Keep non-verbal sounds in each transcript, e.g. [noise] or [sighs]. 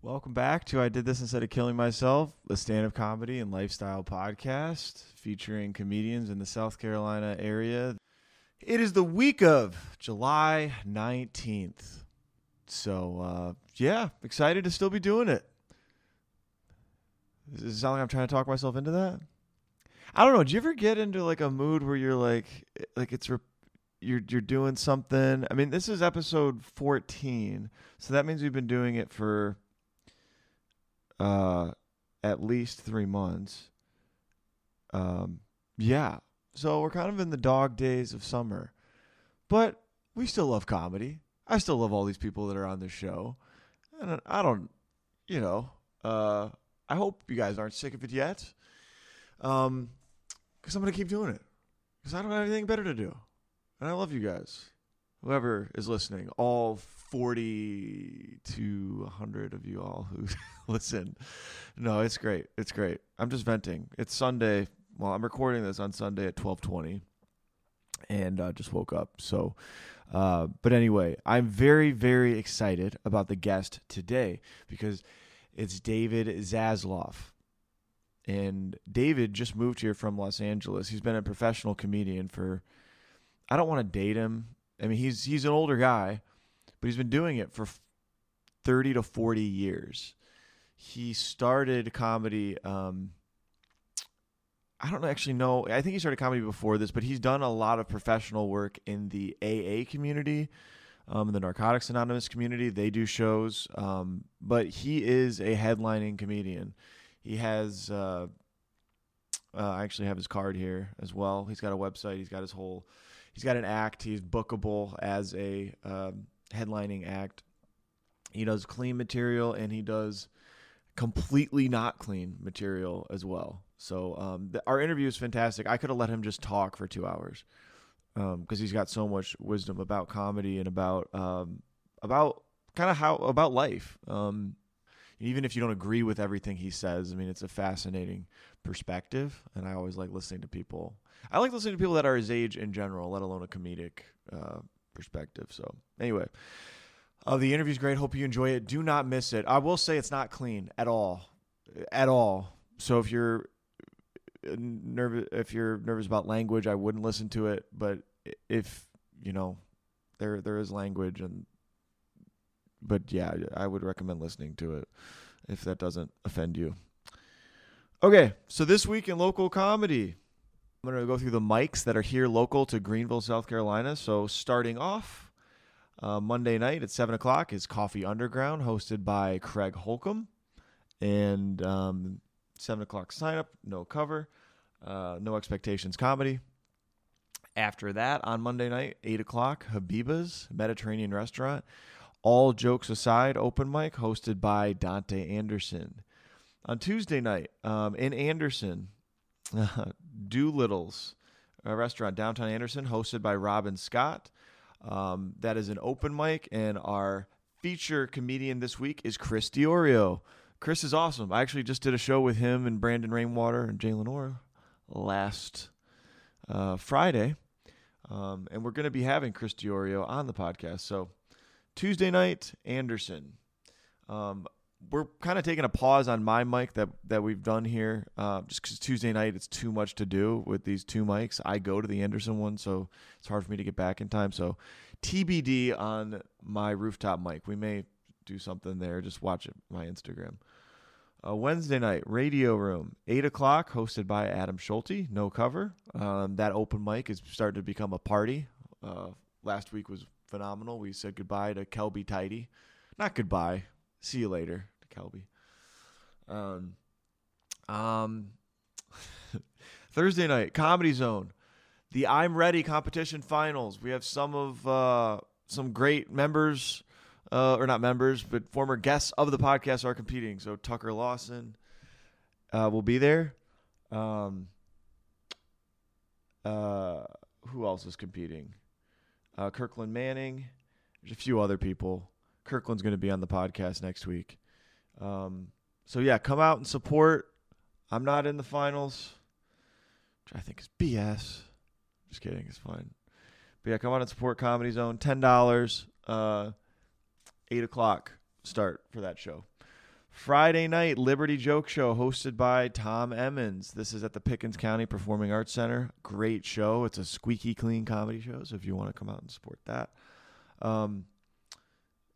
Welcome back to I Did This Instead of Killing Myself, a stand up comedy and lifestyle podcast featuring comedians in the South Carolina area. It is the week of July 19th. So, uh, yeah, excited to still be doing it. Does it sound like I'm trying to talk myself into that? I don't know. Do you ever get into like a mood where you're like, like it's re- you're you're doing something? I mean, this is episode 14, so that means we've been doing it for uh, at least three months. Um, yeah, so we're kind of in the dog days of summer, but we still love comedy. I still love all these people that are on this show, and I- I don't, you know, uh, I hope you guys aren't sick of it yet, um, because I'm gonna keep doing it because I don't have anything better to do, and I love you guys. Whoever is listening, all 40 to 100 of you all who [laughs] listen. No, it's great. It's great. I'm just venting. It's Sunday. Well, I'm recording this on Sunday at 12:20, and uh, just woke up. So, uh, but anyway, I'm very, very excited about the guest today because it's David Zasloff. And David just moved here from Los Angeles. He's been a professional comedian for. I don't want to date him. I mean, he's he's an older guy, but he's been doing it for 30 to 40 years. He started comedy. Um, I don't actually know. I think he started comedy before this, but he's done a lot of professional work in the AA community, um, in the Narcotics Anonymous community. They do shows, um, but he is a headlining comedian. He has. Uh, uh, I actually have his card here as well. He's got a website. He's got his whole. He's got an act. He's bookable as a um, headlining act he does clean material and he does completely not clean material as well. So um, th- our interview is fantastic. I could have let him just talk for two hours because he's got so much wisdom about comedy and about um, about kind of how about life. Um, even if you don't agree with everything he says, I mean, it's a fascinating perspective, and I always like listening to people. I like listening to people that are his age in general, let alone a comedic uh, perspective. So anyway, uh, the interview's great. Hope you enjoy it. Do not miss it. I will say it's not clean at all, at all. So if you're uh, nervous, if you're nervous about language, I wouldn't listen to it. But i- if you know, there there is language, and but yeah, I would recommend listening to it if that doesn't offend you. Okay, so this week in local comedy, I'm gonna go through the mics that are here local to Greenville, South Carolina. So starting off. Uh, Monday night at 7 o'clock is Coffee Underground, hosted by Craig Holcomb. And um, 7 o'clock sign up, no cover, uh, no expectations comedy. After that, on Monday night, 8 o'clock, Habiba's Mediterranean Restaurant. All jokes aside, open mic hosted by Dante Anderson. On Tuesday night, um, in Anderson, [laughs] Doolittle's uh, Restaurant, downtown Anderson, hosted by Robin Scott. Um, that is an open mic, and our feature comedian this week is Chris Diorio. Chris is awesome. I actually just did a show with him and Brandon Rainwater and Jalen Orr last uh, Friday, um, and we're going to be having Chris Diorio on the podcast. So Tuesday night, Anderson. Um, we're kind of taking a pause on my mic that that we've done here, uh, just because Tuesday night it's too much to do with these two mics. I go to the Anderson one, so it's hard for me to get back in time. So TBD on my rooftop mic. We may do something there. Just watch it my Instagram. Uh, Wednesday night, Radio Room, 8 o'clock, hosted by Adam Schulte. No cover. Um, that open mic is starting to become a party. Uh, last week was phenomenal. We said goodbye to Kelby Tidy. Not goodbye. See you later to Kelby. Um, um, [laughs] Thursday night, Comedy Zone the I'm Ready competition finals. We have some of uh, some great members, uh, or not members, but former guests of the podcast are competing. So Tucker Lawson uh, will be there. Um, uh, who else is competing? Uh, Kirkland Manning. There's a few other people. Kirkland's going to be on the podcast next week. Um, so yeah, come out and support. I'm not in the finals, which I think is BS. Just kidding. It's fine. But yeah, come on and support Comedy Zone. Ten dollars. Uh, eight o'clock start for that show. Friday night, Liberty Joke Show, hosted by Tom Emmons. This is at the Pickens County Performing Arts Center. Great show. It's a squeaky clean comedy show, so if you want to come out and support that. Um,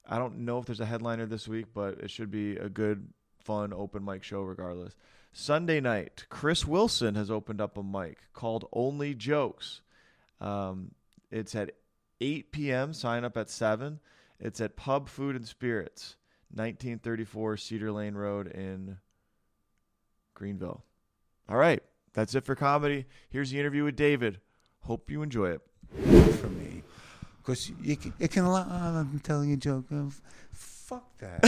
I don't know if there's a headliner this week, but it should be a good, fun open mic show regardless. Sunday night, Chris Wilson has opened up a mic called Only Jokes. Um, it's at 8 p.m. Sign up at 7. It's at Pub Food and Spirits, 1934 Cedar Lane Road in Greenville. All right, that's it for comedy. Here's the interview with David. Hope you enjoy it. for me because it, can- it can allow. Oh, I'm telling you a joke. Oh, f- [laughs] fuck that.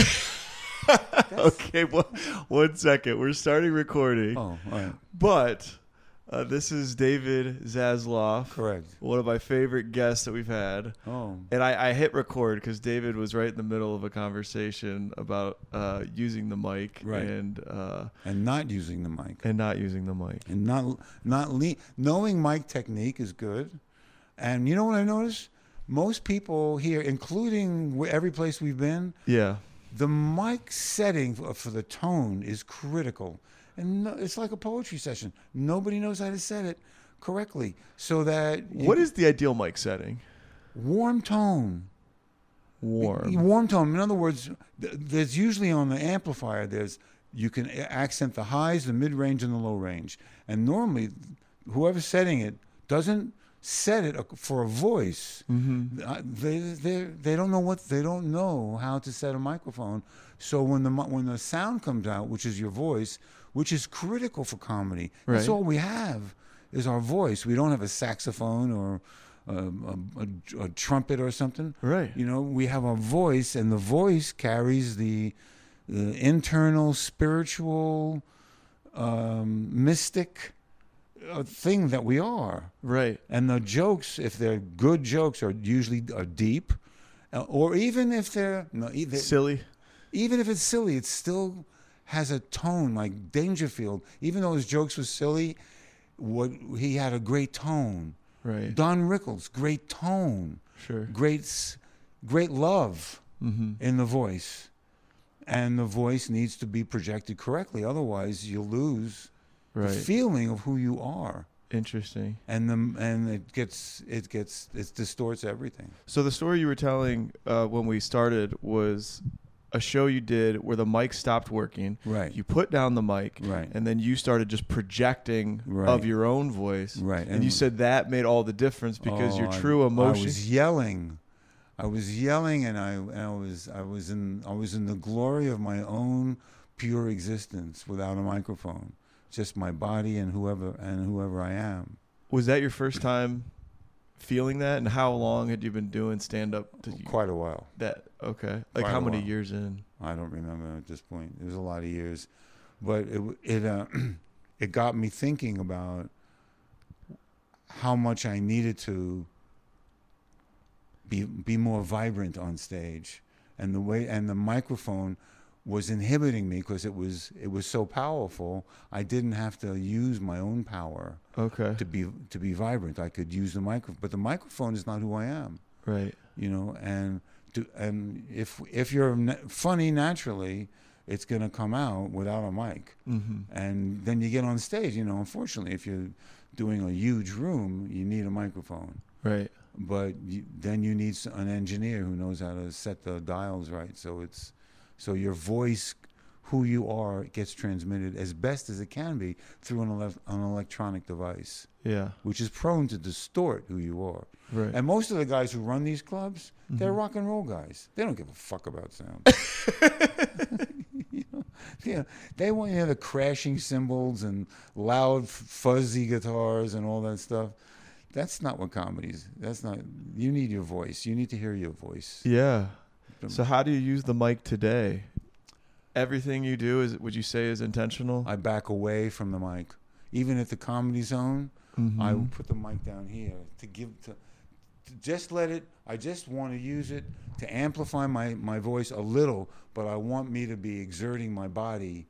okay, well, one second. We're starting recording, oh, all right. but uh, this is David Zasloff, correct. one of my favorite guests that we've had. Oh, And I, I hit record because David was right in the middle of a conversation about uh, using the mic Right. and uh, and not using the mic, and not using the mic. and not not le- knowing mic technique is good. And you know what I noticed? Most people here, including wh- every place we've been, Yeah, the mic setting for, for the tone is critical. And no, it's like a poetry session. Nobody knows how to set it correctly. So that you- what is the ideal mic setting? warm tone? Warm. Warm tone. In other words, th- there's usually on the amplifier. There's you can a- accent the highs, the mid range, and the low range. And normally, whoever's setting it doesn't set it ac- for a voice. Uh, They they they don't know what they don't know how to set a microphone. So when the mi- when the sound comes out, which is your voice, which is critical for comedy. That's Right. all we have is our voice. We don't have a saxophone or. um, A, a, a trumpet or something, Right. you know, we have a voice, and the voice carries the, the internal, spiritual, um, mystic uh, thing that we are. Right. And the jokes, if they're good jokes, are usually are deep, uh, or even if they're no, e- they- Silly. even if it's silly, it still has a tone like Dangerfield. Even though his jokes were silly, what he had a great tone. Right. Don Rickles, great tone Sure. great s- great love Mm-hmm. in the voice and the voice needs to be projected correctly otherwise you lose the Right. feeling of who you are Interesting. and the and it gets it gets it distorts everything So the story you were telling uh, when we started was a show you did where the mic stopped working. Right. You put down the mic. Right. And then you started just projecting Right. of your own voice. Right, And, and- you said that made all the difference because Oh, your I- true emotion. I was yelling, I was yelling, and I, and I was I was in I was in the glory of my own pure existence without a microphone, just my body and whoever and whoever I am. was that your first time feeling that? And how long had you been doing stand up to Quite a while. that? Okay. Like quite how a many while. years in? I don't remember at this point. It was a lot of years, but it w- it uh, [clears throat] it got me thinking about how much I needed to be be more vibrant on stage, and the way and the microphone was inhibiting me because it was it was so powerful. I didn't have to use my own power Okay. to be to be vibrant. I could use the microphone, but the microphone is not who I am Right. you know and to, and if if you're na- funny naturally it's going to come out without a mic Mm-hmm. and then you get on stage you know unfortunately if you're doing a huge room you need a microphone Right. but you, then you need s- an engineer who knows how to set the dials right so it's so your voice who you are gets transmitted as best as it can be through an, elec an electronic device Yeah. which is prone to distort who you are Right. and most of the guys who run these clubs, they're rock and roll guys. They don't give a fuck about sound. [laughs] you know, yeah, they want you to hear the crashing cymbals and loud, fuzzy guitars and all that stuff. That's not what comedies. That's not. You need your voice. You need to hear your voice. Yeah. So how do you use the mic today? Everything you do is would you say is intentional? I back away from the mic, even at the comedy zone. Mm-hmm. I will put the mic down here to give to, to just let it. I just want to use it to amplify my my voice a little, but I want me to be exerting my body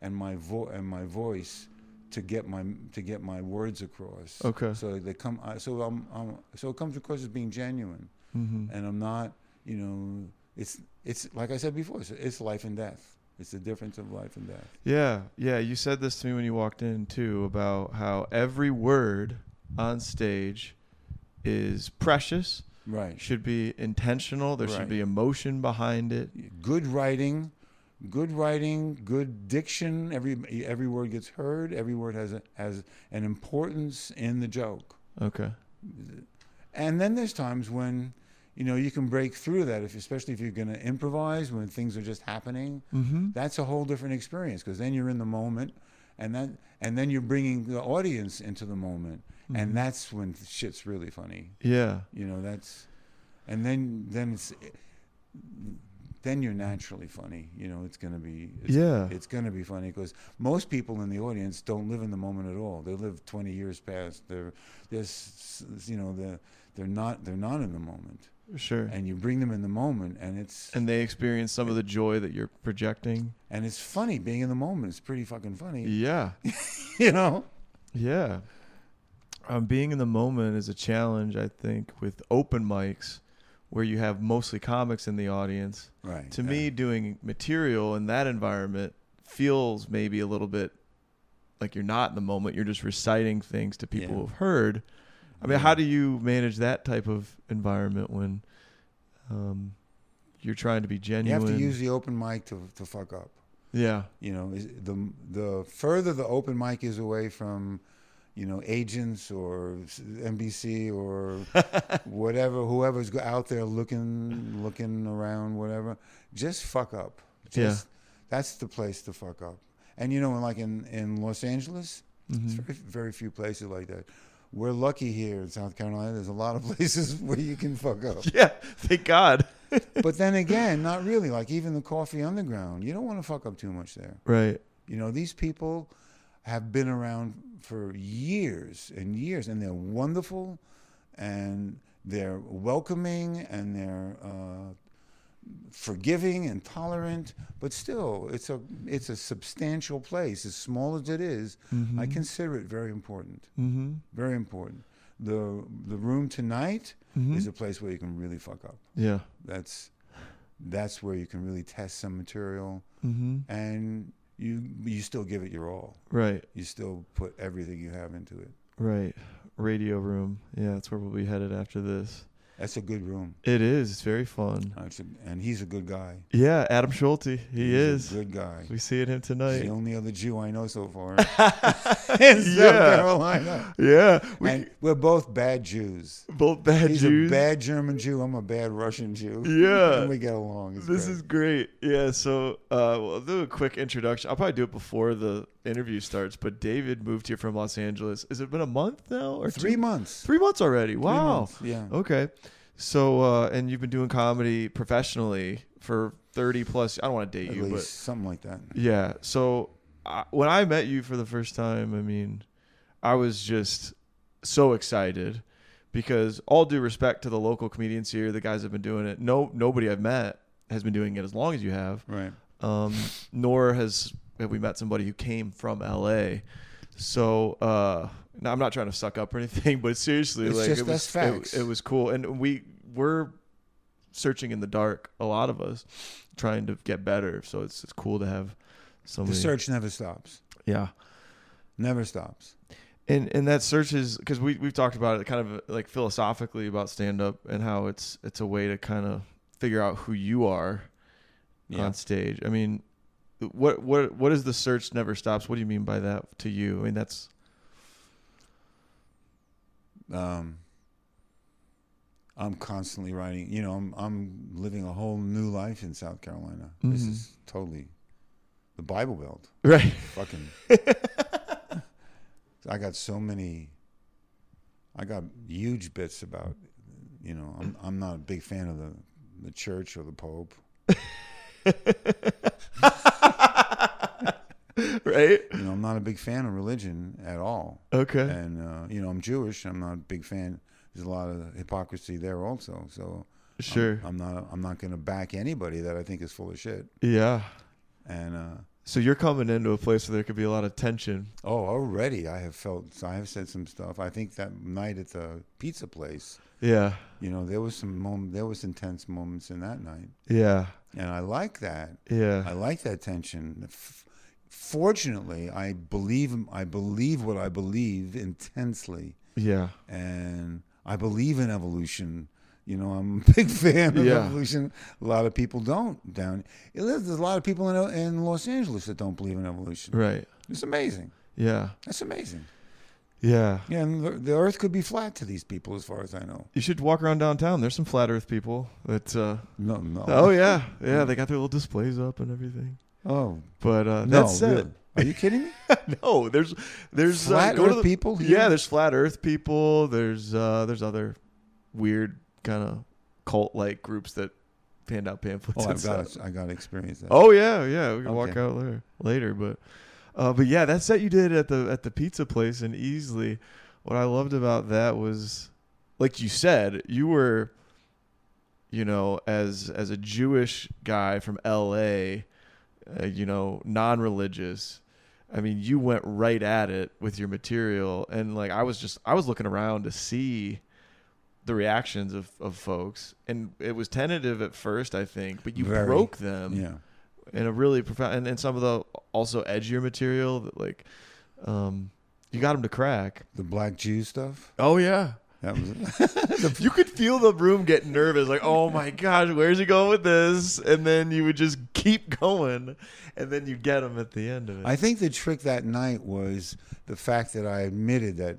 and my vo- and my voice to get my to get my words across. Okay. So they come. I, so I'm, I'm so it comes across as being genuine, Mhm. and I'm not. You know, it's it's like I said before. It's, it's life and death. It's the difference of life and death. Yeah, yeah. You said this to me when you walked in too about how every word on stage is precious. Right. Should be intentional. There should Right. be emotion behind it. Good writing, good writing, good diction. Every every word gets heard. Every word has a, has an importance in the joke. Okay. And then there's times when, you know, you can break through that. If especially if you're going to improvise when things are just happening, Mm-hmm. that's a whole different experience because then you're in the moment, and that and then you're bringing the audience into the moment, and that's when shit's really funny. Yeah. You know, that's, and then then it's, then you're naturally funny. You know, it's gonna be it's, Yeah. it's gonna be funny because most people in the audience don't live in the moment at all. They live 20 years past. They're this, you know, they're they're not they're not in the moment. Sure. And you bring them in the moment, and it's And they experience some of the joy that you're projecting. and it's funny being in the moment. It's pretty fucking funny, Yeah. [laughs] you know. Yeah. Um, being in the moment is a challenge, I think, with open mics where you have mostly comics in the audience. Right. To yeah. me, doing material in that environment feels maybe a little bit like you're not in the moment. You're just reciting things to people Yeah. who've heard. I mean, Yeah. how do you manage that type of environment when um, you're trying to be you genuine? have to use the open mic to to fuck up. yeah. [laughs] you know is the the further the open mic is away from you know agents or NBC or whatever whoever's go- out there looking looking around whatever just fuck up Yeah. just that's the place to fuck up and you know like in in Los Angeles it's very, very few places like that we're lucky here in South Carolina there's a lot of [laughs] places where you can fuck up Yeah. Thank God. [laughs] but then again not really like even the coffee underground you don't want to fuck up too much there Right. you know, these people have been around for years and years, and they're wonderful, and they're welcoming, and they're uh, forgiving and tolerant. But still, it's a it's a substantial place, as small as it is, I consider it very important. Mm-hmm. Very important. The the room tonight Mhm. is a place where you can really fuck up. Yeah. That's that's where you can really test some material Mm-hmm. and you you still give it your all. Right. You still put everything you have into it. Right. Radio room. Yeah, that's where we'll be headed after this. That's a good room. It is. It's very fun. That's a- and he's a good guy. Yeah, Adam Schulte. He He's is. a good guy. We see it him He's tonight. the only other Jew I know so [laughs] far in [laughs] South Yeah. Carolina. Yeah. [laughs] We And we're both bad Jews. both bad He's Jews. a bad German Jew. I'm a bad Russian Jew. [laughs] Yeah. and we get along. It's this great. is great. Yeah. So, uh, well, I'll do a quick introduction. I'll probably do it before the interview starts. But David moved here from Los Angeles. Has it been a month now, or three two- months. Three months already. Wow. months, yeah. Okay. So, uh, and you've been doing comedy professionally for thirty plus. I don't want to date At you, least but something like that. Yeah. So I, when I met you for the first time, I mean, I was just so excited because all due respect to the local comedians here, the guys have been doing it. No, nobody I've met has been doing it as long as you have. Right. Um, nor has have we met somebody who came from LA. So uh, no, I'm not trying to suck up or anything, [laughs] but seriously, It's like just it was us facts. It, it was cool, and we were searching in the dark. A lot of us trying to get better, so it's it's cool to have The somebody. search never stops. yeah. Never stops. And, and that search is because we we've talked about it kind of like philosophically about stand up and how it's it's a way to kind of figure out who you are on stage. I mean, what what what is the search never stops? What do you mean by that to you? I mean that's um, I'm constantly writing. You know, I'm I'm living a whole new life in South Carolina. This Mhm. is totally the Bible Belt. right. Fucking, I got so many. I got huge bits about. You know, I'm I'm not a big fan of the the church or the Pope. right. You know, I'm not a big fan of religion at all. Okay. And uh, you know, I'm Jewish. I'm not a big fan. There's a lot of hypocrisy there also. So Sure. I'm not. I'm not going to back anybody that I think is full of shit. yeah. And uh, So you're coming into a place where there could be a lot of tension. oh, already I have felt. I have said some stuff. I think that night at the pizza place, Yeah. you know, there was some mom, There was intense moments in that night. Yeah. and I like that. I Yeah. like that tension. F- fortunately, I believe I believe what I believe intensely, Yeah. and I believe in evolution. You know, I'm a [laughs] big fan of Yeah. evolution. A lot of people don't. Down there's a lot of people in in Los Angeles that don't believe in evolution. Right. It's amazing. Yeah. That's amazing. Yeah. Yeah, and the, the Earth could be flat to these people, as far as I know. You should walk around downtown. There's some flat Earth people that. Uh, No, no. oh [laughs] yeah, yeah. They got their little displays up and everything. Oh, But uh, no. that's it. really. Are you kidding me? [laughs] no, there's there's Flat uh, go to Earth the- people here? Yeah, there's flat Earth people. There's uh, there's other weird kind of cult like groups that hand out pamphlets. Oh, and I've got stuff. to, I got to experience that. Oh yeah, yeah. We can walk Okay. out later, later. But uh, but yeah, that set you did at the at the pizza place in Easley. What I loved about that was, like you said, you were, you know, as as a Jewish guy from L.A., uh, you know, non-religious. I mean, you went right at it with your material, and like I was just I was looking around to see the reactions of, of folks and it was tentative at first i think but you Very. broke them yeah. in a really profound and, and some of the also edgier material that like um you got him to crack The black Jew stuff. oh yeah That was you could feel [laughs] the room get nervous like oh my gosh where's he going with this and then you would just keep going and then you get him at the end of it I think the trick that night was the fact that I admitted that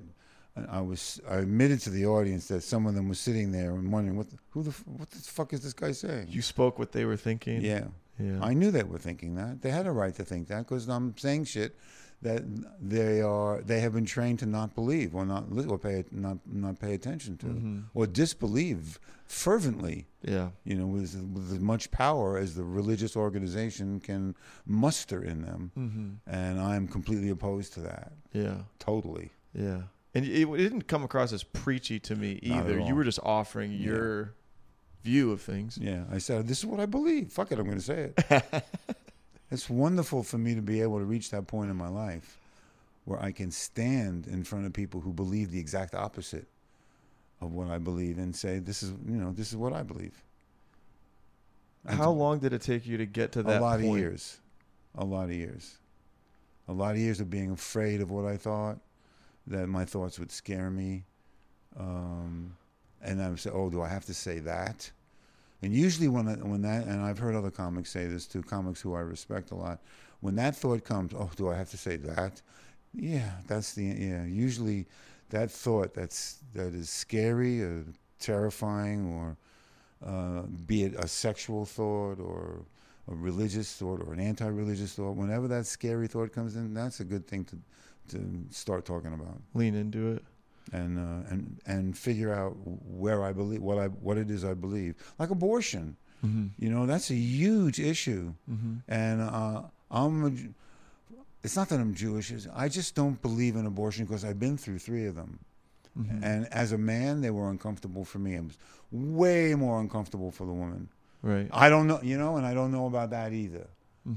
uh, I was I admitted to the audience that some of them was sitting there and wondering what the, who the f- what the fuck is this guy saying? you spoke what they were thinking yeah. yeah I knew they were thinking that. They had a right to think that because I'm saying shit that they are they have been trained to not believe or not li- or pay not not pay attention to Mhm. or disbelieve fervently. yeah You know, with, with as much power as the religious organization can muster in them, mm-hmm. and I'm completely opposed to that. yeah Totally. yeah and it, it didn't come across as preachy to me Not at either all. you were just offering Yeah. your view of things Yeah, I said, this is what I believe. Fuck it, I'm going to say it. it's wonderful for me to be able to reach that point in my life where I can stand in front of people who believe the exact opposite of what I believe and say, this is, you know, this is what I believe. And how long did it take you to get to that A lot point? of years. A lot of years. A lot of years of being afraid of what I thought, that my thoughts would scare me. Um, and I would say, oh, do I have to say that? And usually when, I, when that, and I've heard other comics say this too, comics who I respect a lot, when that thought comes, oh, do I have to say that? Yeah, that's the, yeah, usually that thought that's, that is scary or terrifying or uh, be it a sexual thought or a religious thought or an anti-religious thought, whenever that scary thought comes in, that's a good thing to to start talking about lean into it and uh, and and figure out where I believe what I what it is I believe. Like abortion, mm-hmm. you know, that's a huge issue, Mm-hmm. and uh, I'm. A, Ju- it's not that I'm Jewish. It's, I just don't believe in abortion because I've been through three of them. Mm-hmm. And as a man, they were uncomfortable for me. It was way more uncomfortable for the woman. right I don't know, you know, and I don't know about that either.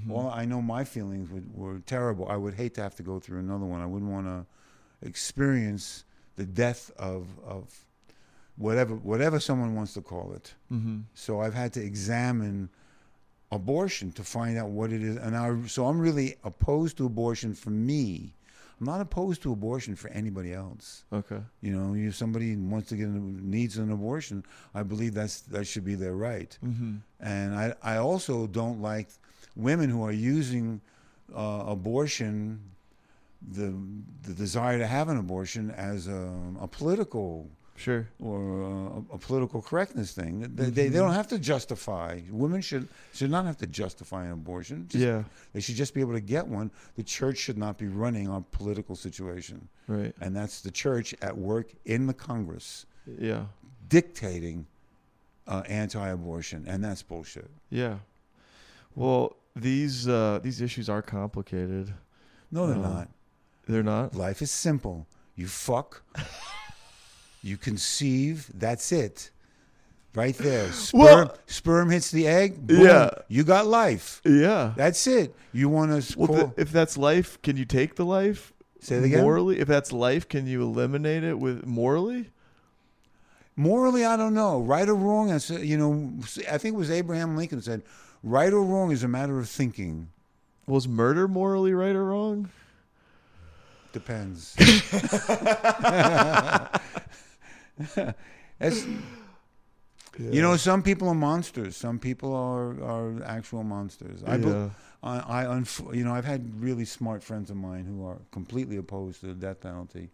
Well, I know my feelings would, were terrible. I would hate to have to go through another one. I wouldn't want to experience the death of of whatever whatever someone wants to call it. mm-hmm. So I've had to examine abortion to find out what it is, and I so I'm really opposed to abortion for me. I'm not opposed to abortion for anybody else. okay You know, if somebody wants to get an, needs an abortion, I believe that's that should be their right. mm-hmm. And I, I also don't like women who are using uh, abortion, the, the desire to have an abortion, as a, a political sure or a, a political correctness thing. They, they, they don't have to justify. Women should, should not have to justify an abortion. Just- yeah They should just be able to get one. The church should not be running our political situation. right And that's the church at work in the Congress yeah dictating uh, anti abortion. And that's bullshit. yeah well these uh these issues are complicated No, they're Uh, not. they're not Life is simple. You fuck. you conceive. That's it. Right [gasps] there. Sperm, Well- sperm hits the egg. Boom, Yeah. You got life. yeah That's it. You want to well th- if that's life can you take the life say it again? morally if that's life can you eliminate it with morally Morally, I don't know. Right or wrong, I said, you know, I think it was Abraham Lincoln said, right or wrong is a matter of thinking. Was murder morally right or wrong? [laughs] Depends. [laughs] That's- You know, some people are monsters. Some people are, are actual monsters. I, bel- Yeah. I, I unf- you know, I've had really smart friends of mine who are completely opposed to the death penalty,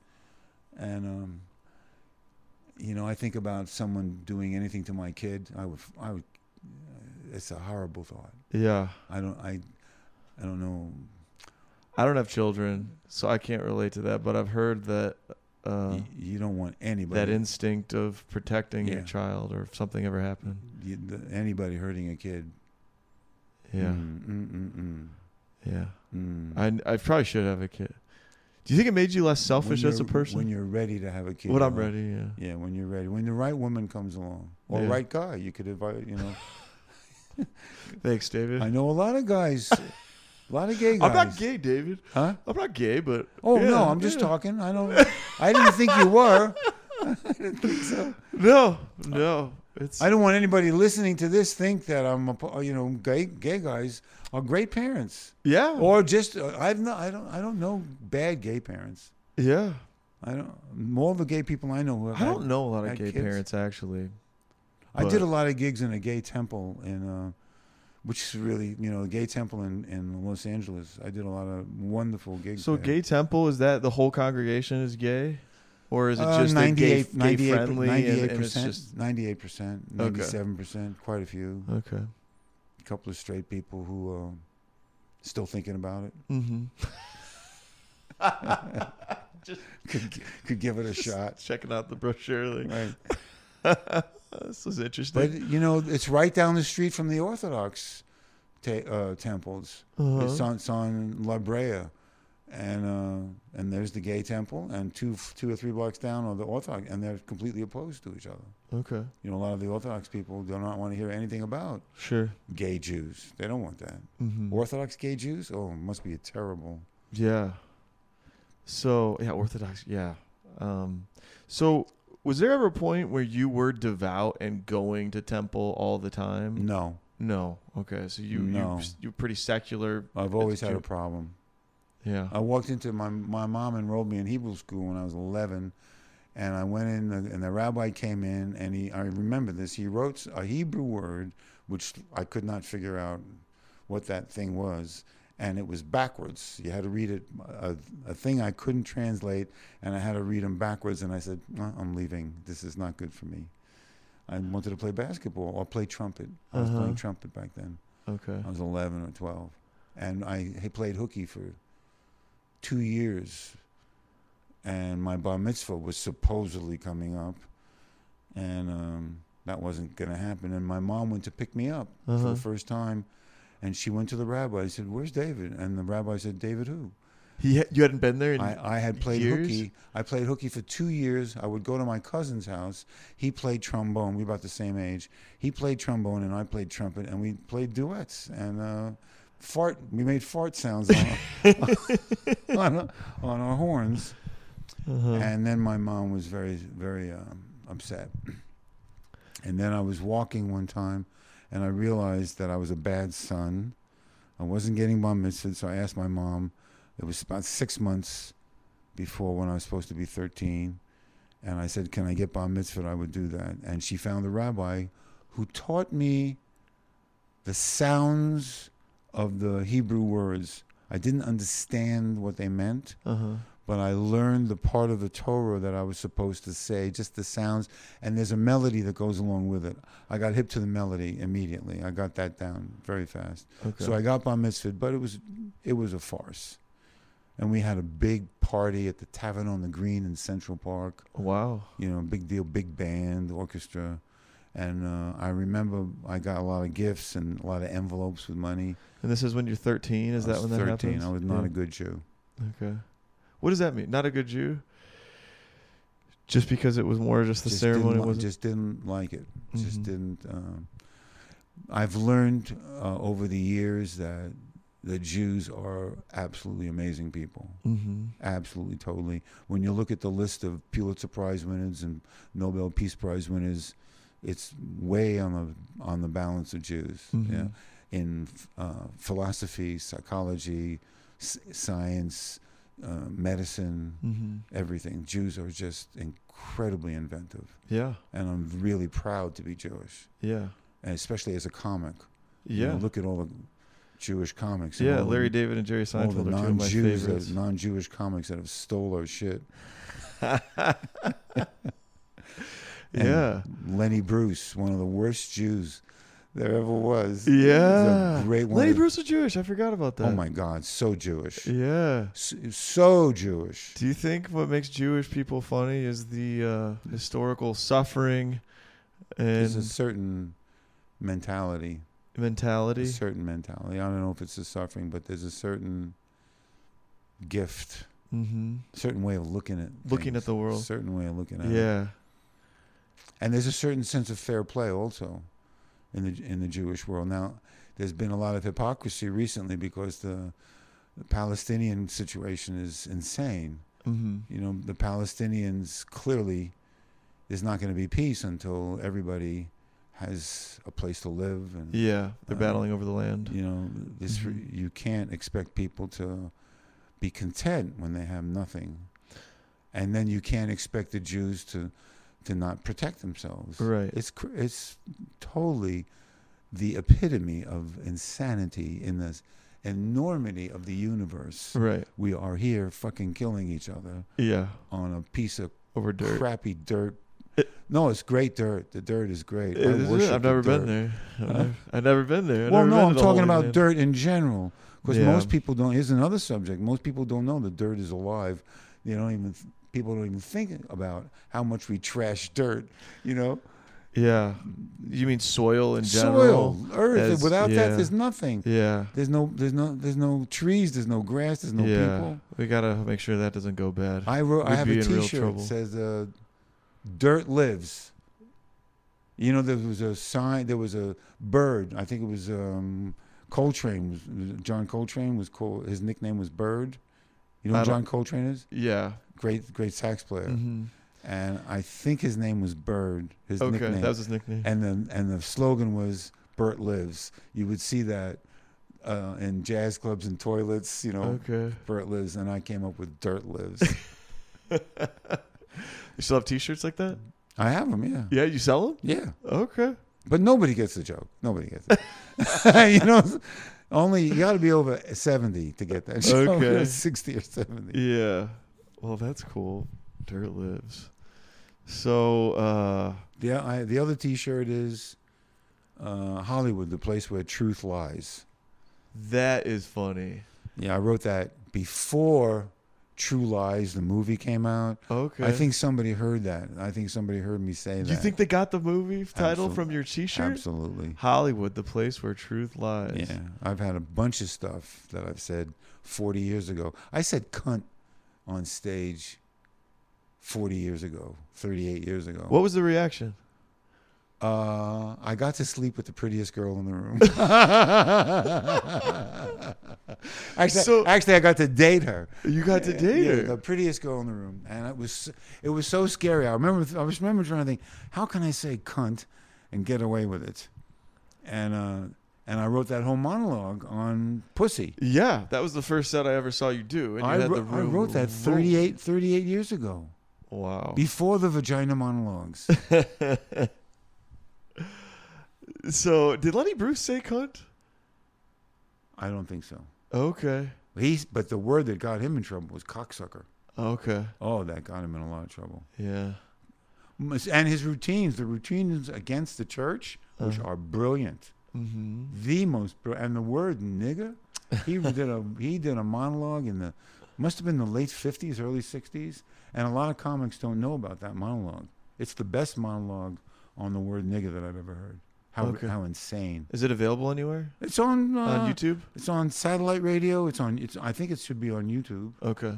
and um, you know, I think about someone doing anything to my kid. I would, I would. uh, It's a horrible thought. Yeah. I don't, I, I don't know. I don't have children, so I can't relate to that, but I've heard that uh, Y- you don't want anybody that instinct of protecting your Yeah. child or if something ever happened. you, the, anybody hurting a kid. Yeah. Mm, mm, mm, mm, Yeah. mm. I I probably should have a kid. Do you think it made you less When selfish as a you're- When person? you're ready to have a kid. What you I'm know. ready, yeah. Yeah, when you're ready. When the right woman comes along. Or Yeah. right guy. You could invite, you know. Thanks, David. I know a lot of guys, a lot of gay guys. I'm not gay, David. Huh? I'm not gay, but Oh, yeah, no, I'm just yeah. talking. I don't, I didn't think you were. No, no, it's uh, I don't want anybody listening to this think that I'm, a, po- you know, gay, gay guys are great parents. yeah, Or just, uh, I've not, I don't, I don't know bad gay parents. yeah. I don't, all the gay people I know who have I don't had- know a lot of had gay kids. parents actually. I did But- a lot of gigs in a gay temple in, uh, which is really you know a gay temple in, in Los Angeles. I did a lot of wonderful gigs. So, there. gay temple is that the whole congregation is gay, or is it Uh, just a gay, 98 gay 98 friendly? and- and it's percent, just- ninety-eight percent, Okay. Uh, ninety-seven percent, quite a few. okay. A couple of straight people who uh, still thinking about it [laughs] Mm-hmm. could gi- could [laughs] give it a shot. Checking out the brochure, like Right. [laughs] this is interesting. But you know, it's right down the street from the Orthodox te- uh, temples. Uh-huh. It's on, it's on La Brea, and uh, and there's the gay temple, and two two or three blocks down are the Orthodox, and they're completely opposed to each other. okay, You know, a lot of the Orthodox people do not want to hear anything about sure. gay Jews. They don't want that. Mm-hmm. Orthodox gay Jews? Oh, must be a terrible. Yeah. So yeah, Orthodox. Yeah. Um, so was there ever a point where you were devout and going to temple all the time? No, No. Okay. So you No. you you're pretty secular. I've always It's had a Jew- problem. Yeah. I walked into my my mom enrolled me in Hebrew school when I was 11, and I went in and the- and the rabbi came in and he I remember this he wrote a Hebrew word which I could not figure out what that thing was and it was backwards you had to read it a, a thing I couldn't translate and I had to read them backwards and I said "Nah, I'm leaving this is not good for me I wanted to play basketball or play trumpet I was Uh-huh. playing trumpet back then Okay. I was 11 or 12. And I h- played hooky for two years. And my bar mitzvah was supposedly coming up. And um, that wasn't going to happen. And my mom went to pick me up for Uh-huh. the first time. And she went to the rabbi. I said, Where's David? And the rabbi said, David who? He ha- you hadn't been there. In, I, I had played years? hooky. I played hooky for two years. I would go to my cousin's house. He played trombone. We were about the same age. He played trombone and I played trumpet, and we played duets and uh, fart. We made fart sounds on on, [laughs] on our horns. uh-huh. And then my mom was very very um, upset. [clears throat] And then I was walking one time, and I realized that I was a bad son. I wasn't getting bar mitzvah, so I asked my mom. It was about six months before when I was supposed to be 13. And I said, Can I get bar mitzvah? I would do that. And she found a rabbi who taught me the sounds of the Hebrew words. I didn't understand what they meant, uh-huh. but I learned the part of the Torah that I was supposed to say, just the sounds. And there's a melody that goes along with it. I got hip to the melody immediately. I got that down very fast. Okay. So I got by Mitzvah, but it was it was a farce. And we had a big party at the Tavern on the Green in Central Park. wow. You know, big deal, big band, orchestra. And uh, I remember I got a lot of gifts and a lot of envelopes with money. And this is when you're 13. Is I that was when that 13, happens? I was not Yeah. a good Jew. Okay. What does that mean? Not a good Jew. Just because it was more just the ceremony didn't, li- was just didn't like it. Just Mhm. didn't. Um, I've learned uh, over the years that the Jews are absolutely amazing people. Mm-hmm. Absolutely, totally. When you look at the list of Pulitzer Prize winners and Nobel Peace Prize winners, it's way on the on the balance of Jews. Mhm. Yeah, in uh, philosophy, psychology, s- science, uh, medicine, Mm-hmm. everything. Jews are just incredibly inventive, Yeah. and I'm really proud to be Jewish, Yeah. and especially as a comic. You know, Yeah. look at all the Jewish comics. and Yeah. all the- Larry David and Jerry all the Seinfeld are two of my non-Jews that- favorites. non-Jewish comics that have stole [laughs] our shit. And yeah. Lenny Bruce, one of the worst Jews there ever was. He's a Yeah. great one. Lenny of- Bruce was Jewish. I forgot about that. Oh my God, so Jewish, Yeah. S- so Jewish. Do you think what makes Jewish people funny is the uh, historical suffering There's a and certain mentality, a mentality? certain mentality. I don't know if it's the suffering, but there's a certain gift, Mm-hmm. certain way of looking at Looking things, at the world. certain way of looking at it. Yeah. and there's a certain sense of fair play also in the in the Jewish world. Now, there's been a lot of hypocrisy recently because the, the Palestinian situation is insane. Mm-hmm. You know, the Palestinians clearly there's not going to be peace until everybody has a place to live and Yeah. They're Uh, battling over the land. you know this Mhm. you can't expect people to be content when they have nothing and then you can't expect the jews to to not protect themselves Right. it's cr- it's totally the epitome of insanity in this enormity of the universe Right. we are here fucking killing each other Yeah. on a piece of Over dirt. crappy dirt It- no it's great dirt the dirt is great I It is- worship I've the never dirt. been there. I've, Huh? never, I've never been there. I've Well, never no, been I'm to the talking Holy about Land. dirt in general because Yeah. most people don't. Here's another subject: most people don't know the dirt is alive. They don't even people don't even think about how much we trash dirt. You know, Yeah. You mean soil in general? soil, earth. as- without that, yeah. there's nothing. Yeah. There's no, there's no, there's no trees. There's no grass. There's no yeah. people. We got to make sure that doesn't go bad. I wrote. I We'd have be a in real T-shirt trouble. that says uh, "Dirt Lives." You know, there was a sign. There was a bird. I think it was um, Coltrane. Was, John Coltrane was called. His nickname was Bird. You know I who don't- John Coltrane is? yeah. Great, great sax player. hmm And I think his name was Bird. His Okay. nickname. That was his nickname. and the and the slogan was "Bert lives." You would see that uh, in jazz clubs and toilets. You know, okay. [laughs] Bert lives, and I came up with "Dirt lives." You still have T-shirts like that? I have them. Yeah. Yeah, you sell them? Yeah. Okay. But nobody gets the joke. Nobody gets it. [laughs] you know, only you got to be over 70 to get that [laughs] joke. Okay. 60 or 70. Yeah. Well, that's cool. Dirt lives. So, uh, The, I, the other t shirt is uh, Hollywood, the place where truth lies. that is funny. Yeah, I wrote that before True Lies, the movie came out. Okay. I think somebody heard that. I think somebody heard me say that. You think they got the movie title Absol- from your T-shirt? Absolutely. Hollywood, the place where truth lies. Yeah. I've had a bunch of stuff that I've said 40 years ago. I said cunt on stage 40 years ago, 38 years ago. What was the reaction? Uh, I got to sleep with the prettiest girl in the room. [laughs] actually, So- actually, I got to date her. You got to date Yeah, her. the prettiest girl in the room, and it was it was so scary. I remember I was remember trying to think, how can I say cunt and get away with it? And uh, and I wrote that whole monologue on pussy. Yeah, that was the first set I ever saw you do, and you I, had wro- the I room. Oh. wrote that 38, 38 years ago, Wow. before the [laughs] vagina monologues. So, did Lenny Bruce say cunt? I don't think so. Okay. He's, but the word that got him in trouble was cocksucker. Okay. Oh, that got him in a lot of trouble. Yeah. Mus- And his routines, the routines against the church, which Uh-huh. are brilliant, Mm-hmm. the most brilliant. And the word nigger, [laughs] he did a he did a monologue in the must have been the late fifties, early sixties, and a lot of comics don't know about that monologue. It's the best monologue on the word nigger that I've ever heard. How Okay. how insane! Is it available anywhere It's on uh, on YouTube? It's on satellite radio. It's on. It's I think it should be on YouTube. Okay.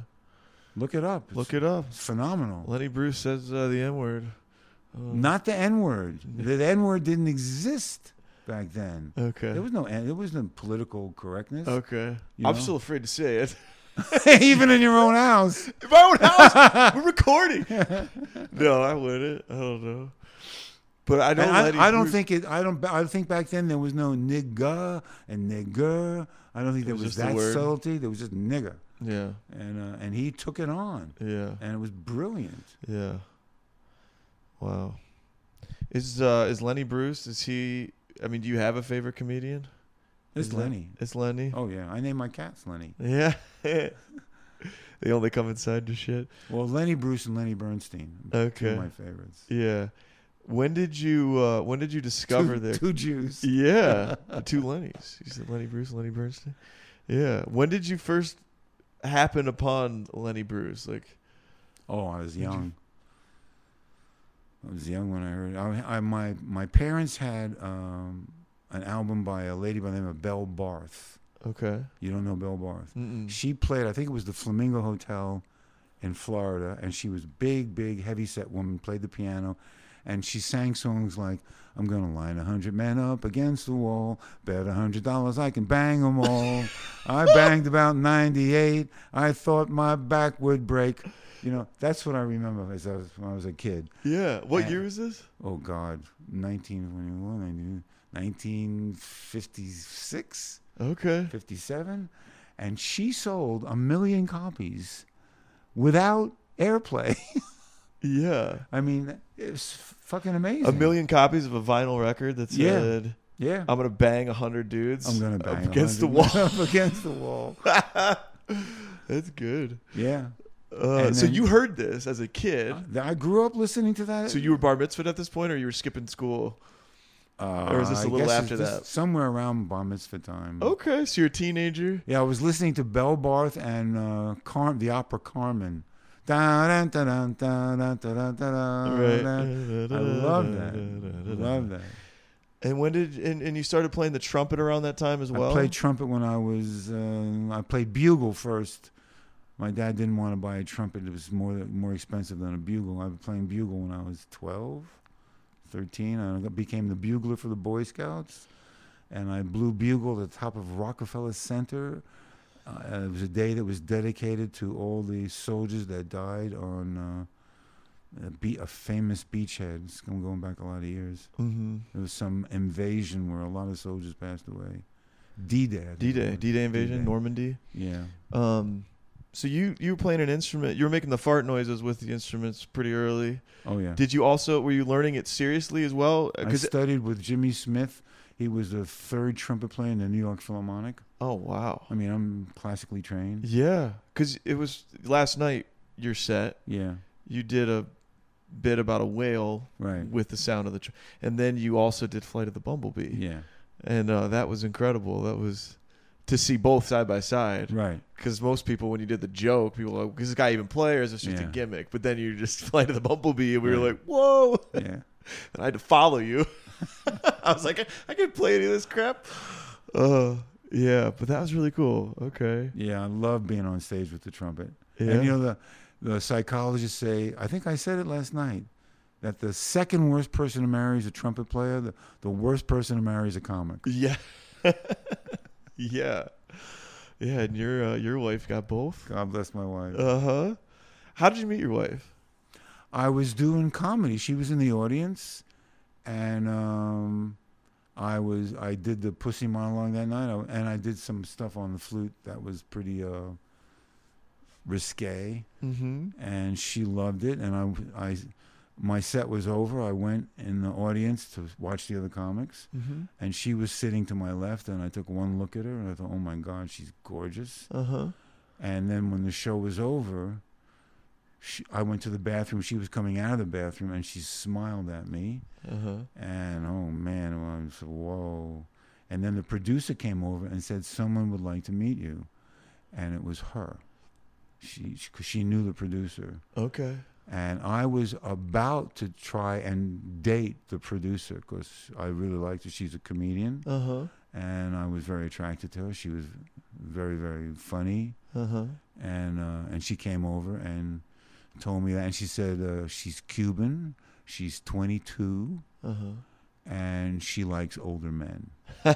Look it up. It's, Look it up. it's phenomenal. Lenny Bruce says uh, the N word. Not the N word. The N word didn't exist back then. Okay. There was no N- there was no political correctness. okay. You I'm know? still afraid to say it. [laughs] [laughs] Even in your own house. In [laughs] my own house, we're recording. no, I wouldn't. I don't know. But I don't. And I, let it I don't use- think it. I don't. I think back then there was no nigga and nigger. I don't think there was was, just the that word. subtlety. There was just nigger, Yeah, and uh, and he took it on, yeah, and it was brilliant. yeah. Wow. Is uh is Lenny Bruce? Is he? I mean, do you have a favorite comedian? It's Is that- Lenny. It's Lenny. Oh yeah, I named my cats Lenny. Yeah. [laughs] they only come inside to shit. Well, Lenny Bruce and Lenny Bernstein. Two Okay. of my favorites. Yeah. When did you uh when did you discover two, their E- two Jews. [laughs] Yeah. the two Lenny's. You said Lenny Bruce, Lenny Bernstein. Yeah. When did you first happen upon Lenny Bruce? Like Oh, I was you- young. I was young when I heard. I, I my my parents had um, an album by a lady by the name of Belle Barth. okay. You don't know Belle Barth. Mm-mm. Mm. She played, I think it was the Flamingo Hotel in Florida, and she was big, big, heavy set woman, played the piano, and she sang songs like, I'm gonna line a hundred men up against the wall, bet a hundred dollars I can bang them all. I banged about 98, I thought my back would break. You know, that's what I remember as I was, when I was a kid. Yeah. What Yeah. year was this? Oh God, 1921, 1956? Okay. 57 and she sold a million copies without airplay [laughs] Yeah. i mean it's fucking amazing A million copies of a vinyl record that Yeah. said yeah I'm gonna bang a hundred dudes i'm gonna up bang against the 100 wall. up [laughs] against the wall [laughs] That's good. [laughs] yeah Uh, And so then- you heard this as a kid. Th- i grew up listening to that So you were bar mitzvahed at this point, or you were skipping school? uh, or was this a I little guess it's after this- that? somewhere around bar mitzvah time Okay, so you're a teenager. yeah i was listening to bell barth and uh, Car- the opera carmen Dun, dun, dun, dun, dun, dun, dun, dun, right. dun. Uh, i love that love that And when did and, and you started playing the trumpet around that time as well? I played trumpet when I was. Uh, I played bugle first. My dad didn't want to buy a trumpet. It was more more expensive than a bugle. I was playing bugle when I was 12, 13. I got- became the bugler for the Boy Scouts, and I blew bugle at the top of Rockefeller Center. Uh, it was a day that was dedicated to all the soldiers that died on uh, a, be- a famous beachhead. It's going back a lot of years. hmm There was some invasion where a lot of soldiers passed away. D-Day. I think it D-Day, was. D-Day invasion, Mm-hmm. D-Day. Normandy. Yeah. Um, so you you were playing an instrument. You were making the fart noises with the instruments pretty early. Oh yeah. Did you also were you learning it seriously as well? I 'Cause- studied with Jimmy Smith. He was the third trumpet player in the New York Philharmonic. oh wow, I mean, I'm classically trained. yeah, because it was last night. Your set, Yeah. you did a bit about a whale Right. with the sound of the, tr- and then you also did Flight of the Bumblebee. Yeah. and uh, that was incredible. That was to see both side by side. Right. Because most people, when you did the joke, people were like, "Is this guy even play, or is this just a Yeah. gimmick?" But then you just [laughs] fly to the bumblebee, and we were Right. like, "Whoa!" [laughs] Yeah. And I had to follow you. [laughs] I was like, "I, I can play any of this crap." Uh, yeah, but that was really cool. Okay, Yeah. I love being on stage with the trumpet. yeah, And you know the the psychologists say. I think I said it last night. That the second worst person to marry is a trumpet player. The, the worst person to marry is a comic. yeah, [laughs] yeah, yeah. And your uh, your wife got both. God bless my wife. Uh huh. How did you meet your wife? I was doing comedy. She was in the audience, and um, I was I did the pussy monologue that night, I- and I did some stuff on the flute that was pretty uh, risque, Mm-hmm. and she loved it. And I, I, my set was over. I went in the audience to watch the other comics, Mm-hmm. and she was sitting to my left, and I took one look at her, and I thought, oh my god, she's gorgeous. Uh huh. And then when the show was over, she, I went to the bathroom. She was coming out of the bathroom and she smiled at me. Uh huh. And oh man, I was whoa. And then the producer came over and said, Someone would like to meet you. And it was her. She, because she knew the producer. Okay. And I was about to try and date the producer because I really liked her. She's a comedian. Uh huh. And I was very attracted to her. She was very, very funny. Uh huh. and uh, and she came over and told me that, and she said uh, she's Cuban, she's 22, Uh and she likes older men. huh.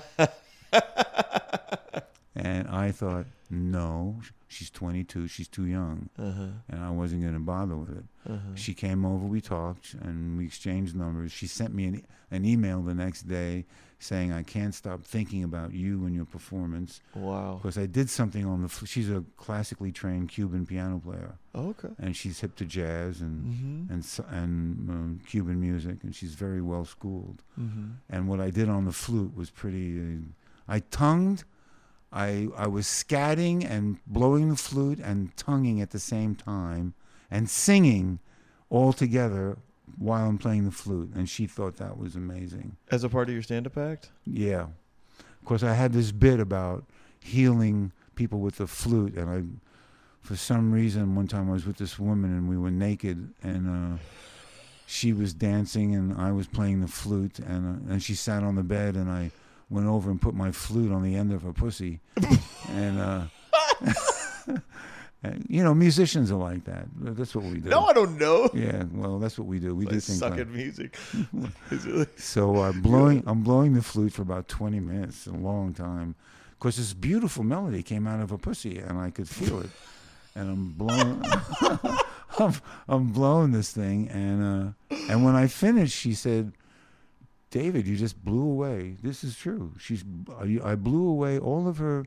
And I thought, no, She's 22. She's too young, Uh huh. and I wasn't going to bother with it. Uh huh. She came over, we talked, and we exchanged numbers. She sent me an, an email the next day saying, I can't stop thinking about you and your performance. Wow. Because I did something on the. Fl- she's a classically trained Cuban piano player, Okay. and she's hip to jazz and, Mm-hmm. and, s- and um, Cuban music, and she's very well schooled. Mm-hmm. And what I did on the flute was pretty. Uh, I tongued. I, I was scatting and blowing the flute and tonguing at the same time and singing all together while I'm playing the flute. And she thought that was amazing. As a part of your stand-up act. Yeah. Of course, I had this bit about healing people with the flute, and I, for some reason, one time I was with this woman and we were naked, and uh, she was dancing and I was playing the flute, and uh, and she sat on the bed, and I went over and put my flute on the end of [laughs] her pussy, and. Uh, [laughs] and, you know, musicians are like that. That's what we do. No, I don't know. yeah, well, that's what we do. We I do things suck like at music. [laughs] Is it- so I'm blowing, I'm blowing the flute for about 20 minutes, a long time, because this beautiful melody came out of a pussy, and I could feel it. And I'm blowing, [laughs] I'm, I'm blowing this thing, and uh, and when I finished, she said, "David, you just blew away. This is true. She's, I I blew away all of her."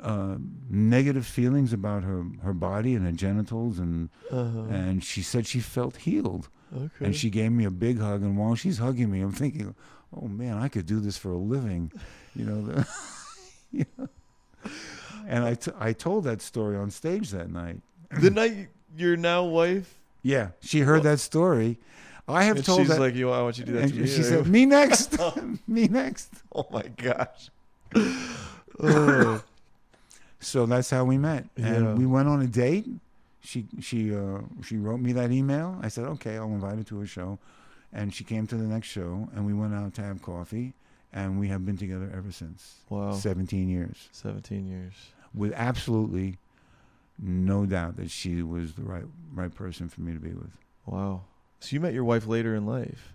Uh, negative feelings about her her body and her genitals and Uh-huh. and she said she felt healed Okay. and she gave me a big hug. And while she's hugging me, I'm thinking, oh man, I could do this for a living. You know, the, [laughs] you know. and I, t- I told that story on stage that night. the night your now wife. Yeah, she heard that story. I have And told she's that. like, "Yo, I want you to do that and to me." she said, [laughs] me next. [laughs] me next. "Oh my gosh." Oh, So that's how we met. And Yeah. we went on a date. She she uh, she wrote me that email. I said, okay, I'll invite her to a show. And she came to the next show, and we went out to have coffee, and we have been together ever since. [sighs] wow. 17 years Seventeen years. with absolutely no doubt that she was the right right person for me to be with Wow. So you met your wife later in life.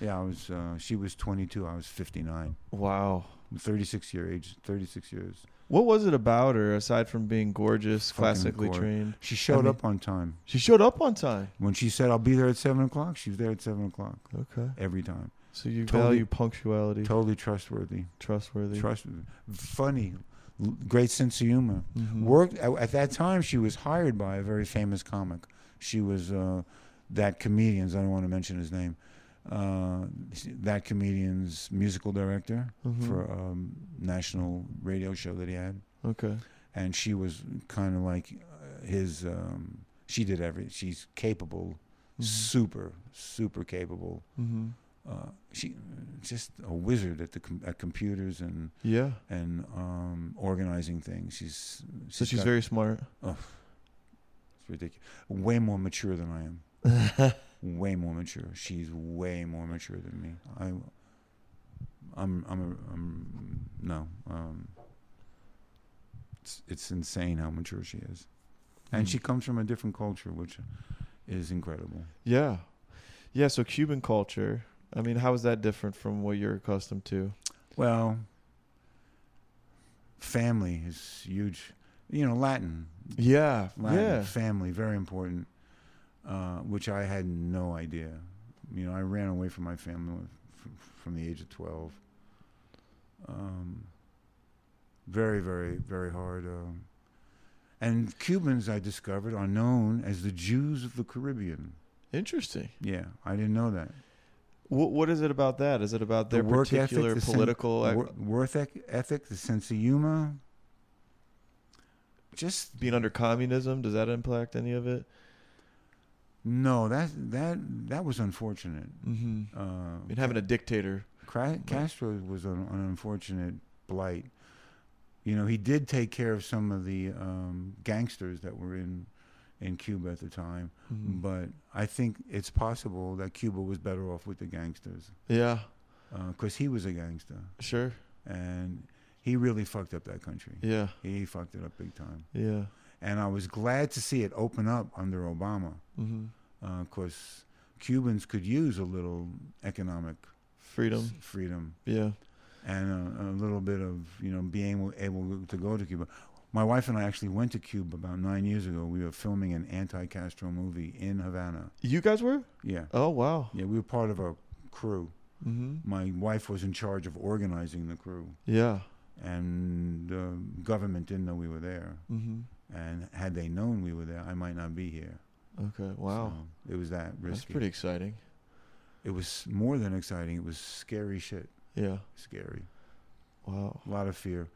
yeah i was uh, she was 22 i was 59 Wow. 36 year age 36 years What was it about her aside from being gorgeous, Fucking classically gorgeous. trained? she showed mean- up on time She showed up on time. when she said i'll be there at 7 o'clock she was there at 7 o'clock Okay. every time So you Totally- value punctuality, totally trustworthy trustworthy. trustworthy funny l- great sense of humor Mhm. worked at, at that time she was hired by a very famous comic she was uh, that comedian's i don't want to mention his name uh, that comedian's musical director Mhm. for a um, national radio show that he had Okay. and she was kind of like uh, his um, she did everything she's capable super super capable Mm-hmm. uh, she just a wizard at the com- at computers and Yeah. and um, organizing things she's, So she's got- very smart. It's ridiculous. Way more mature than I am. way more mature. She's way more mature than me. I, I'm, I'm, a, I'm no. Um, it's it's insane how mature she is, and she comes from a different culture, which is incredible. Yeah. Yeah. So Cuban culture. I mean, how is that different from what you're accustomed to? Well, family is huge. You know, Latin, Yeah. Latin Yeah. family, very important, uh, which I had no idea. You know, I ran away from my family when- from, from the age of 12. Um, very, very, very hard. Um, and Cubans, I discovered, are known as the Jews of the Caribbean. Interesting. Yeah, I didn't know that. What What is it about that? Is it about The their work ethic, particular the sen- political ac- Wor- worth ec- ethic, the sense of humor, just being under communism? Does that impact any of it? no. That that that was unfortunate. Mm-hmm. Uh, I mean, having a dictator. Cra- Castro was an, an unfortunate blight. You know, he did take care of some of the um, gangsters that were in in Cuba at the time, Hmm. but I think it's possible that Cuba was better off with the gangsters Yeah. because he was a gangster Sure. and he really fucked up that country. Yeah. He fucked it up big time, Yeah. and I was glad to see it open up under Obama Mm-hmm. because Cubans could use a little economic Freedom. s- freedom. Yeah. and a, a little bit of you know being able to go to Cuba. My wife and I actually went to Cuba about nine years ago. We were filming an anti-Castro movie in Havana. You guys were? Yeah, Oh wow. yeah, we were part of a crew. Mm-hmm. My wife was in charge of organizing the crew, Yeah. and the government didn't know we were there. Mm-hmm. And had they known we were there, I might not be here. Okay. Wow. So it was that risky. That's pretty exciting. It was more than exciting. It was scary shit. Yeah. Scary. Wow. A lot of fear.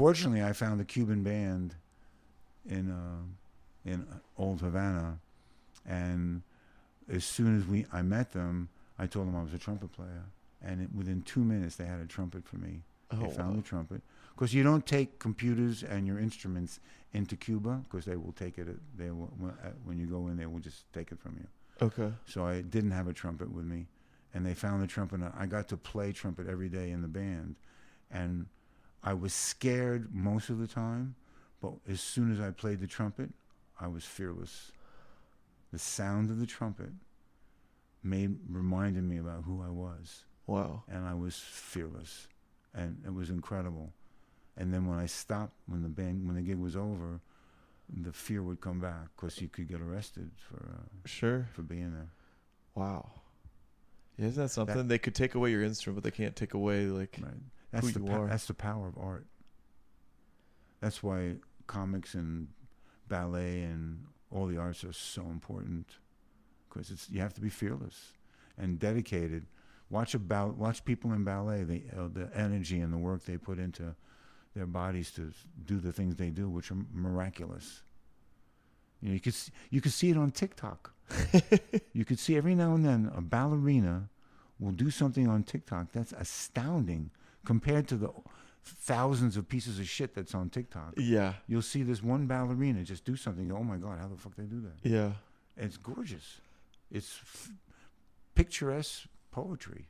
Fortunately, I found a Cuban band in uh, in Old Havana, and as soon as we I met them, I told them I was a trumpet player, and it, within two minutes they had a trumpet for me. Oh, they found wow. the trumpet because you don't take computers and your instruments into Cuba because they will take it. at- They will, when- uh, when you go in, they will just take it from you. Okay. So I didn't have a trumpet with me, and they found the trumpet. And I got to play trumpet every day in the band, and I was scared most of the time, but as soon as I played the trumpet, I was fearless. The sound of the trumpet made reminded me about who I was, Wow. and I was fearless, and it was incredible. And then when I stopped, when the band, when the gig was over, the fear would come back because you could get arrested for uh, Sure. for being there. Wow. Yeah, Isn't that something? they could take away your instrument, but they can't take away like. Right. That's who the you po- are. that's the power of art. That's why comics and ballet and all the arts are so important because it's you have to be fearless and dedicated. Watch about watch people in ballet the uh, the energy and the work they put into their bodies to s- do the things they do, which are miraculous. You know, you could s- you could see it on TikTok. you could see every now and then a ballerina will do something on TikTok that's astounding compared to the thousands of pieces of shit that's on TikTok. Yeah. You'll see this one ballerina just do something. you go, Oh my God, how the fuck they do that? Yeah. And it's gorgeous. It's f- picturesque poetry.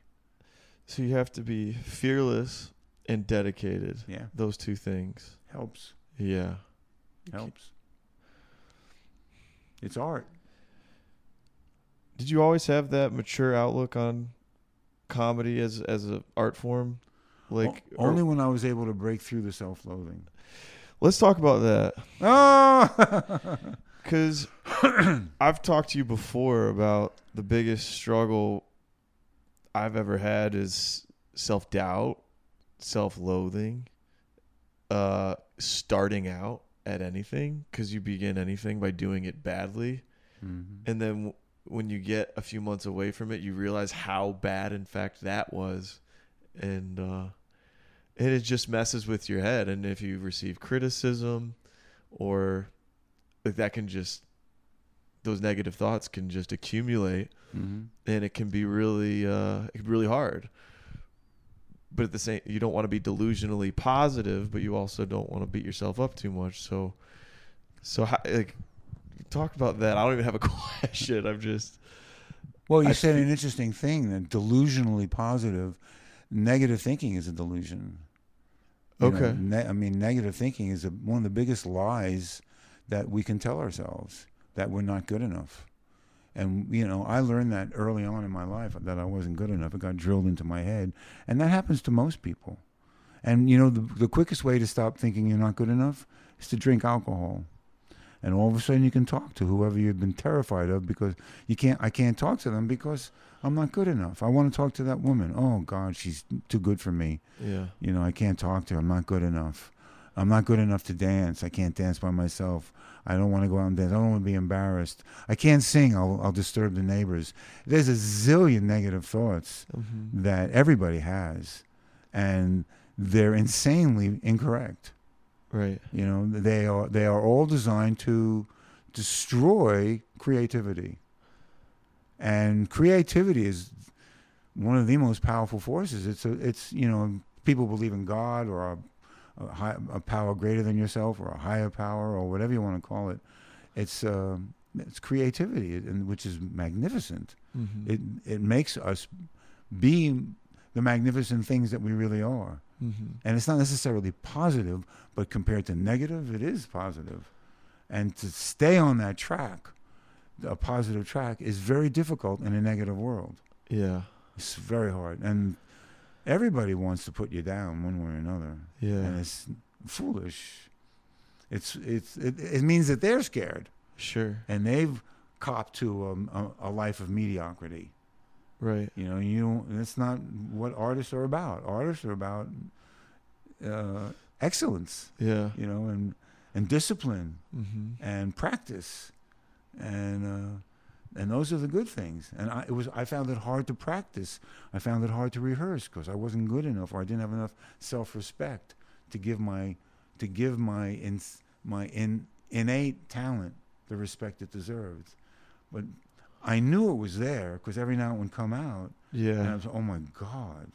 So you have to be fearless and dedicated. Yeah, Those two things. helps. Yeah. Helps. It's art. Did you always have that mature outlook on comedy as as an art form? Like, O- only or- when I was able to break through the self-loathing. [laughs] let's talk about that [laughs] Oh! because [coughs] I've talked to you before about the biggest struggle I've ever had is self doubt, self loathing, uh, starting out at anything because you begin anything by doing it badly. Mhm. And then w- when you get a few months away from it, you realize how bad, in fact, that was, and uh, and it just messes with your head. And if you receive criticism, or like that can just those negative thoughts can just accumulate, Mhm. and it can be really uh, it can be really hard. But at the same, you don't want to be delusionally positive, but you also don't want to beat yourself up too much. So, so how, like, talk about that. I don't even have a [laughs] question. I'm just Well, you I said an interesting thing that delusionally positive, negative thinking is a delusion. You know, Okay. ne- I mean, negative thinking is a, one of the biggest lies that we can tell ourselves that we're not good enough. And, you know, I learned that early on in my life that I wasn't good enough. It got drilled into my head. And that happens to most people. And, you know, the, the quickest way to stop thinking you're not good enough is to drink alcohol. And all of a sudden you can talk to whoever you've been terrified of because you can't, I can't talk to them because I'm not good enough. I want to talk to that woman. Oh, God, she's too good for me. yeah, You know, I can't talk to her. I'm not good enough. I'm not good enough to dance. I can't dance by myself. I don't want to go out and dance. I don't want to be embarrassed. I can't sing. I'll, I'll disturb the neighbors. There's a zillion negative thoughts mm-hmm. that everybody has, and they're insanely incorrect. right. You know, they are they are all designed to destroy creativity. And creativity is one of the most powerful forces. It's a, it's you know people believe in God or a, a, high, a power greater than yourself or a higher power or whatever you want to call it. It's uh, it's creativity, and which is magnificent. Mm-hmm. It it makes us be the magnificent things that we really are mm-hmm. and it's not necessarily positive, but compared to negative, it is positive. And to stay on that track, a positive track, is very difficult in a negative world. Yeah, It's very hard, and everybody wants to put you down one way or another, yeah, and it's foolish. It's it's it, it means that they're scared Sure. and they've copped to um, a, a life of mediocrity. Right. You know, you that's not what artists are about. Artists are about uh, excellence. Yeah. You know, and and discipline Mm-hmm. and practice, and uh, and those are the good things. And I it was I found it hard to practice. I found it hard to rehearse because I wasn't good enough, or I didn't have enough self-respect to give my to give my in, my in, innate talent the respect it deserved. But I knew it was there because every now it would come out, and I Yeah. was oh my god,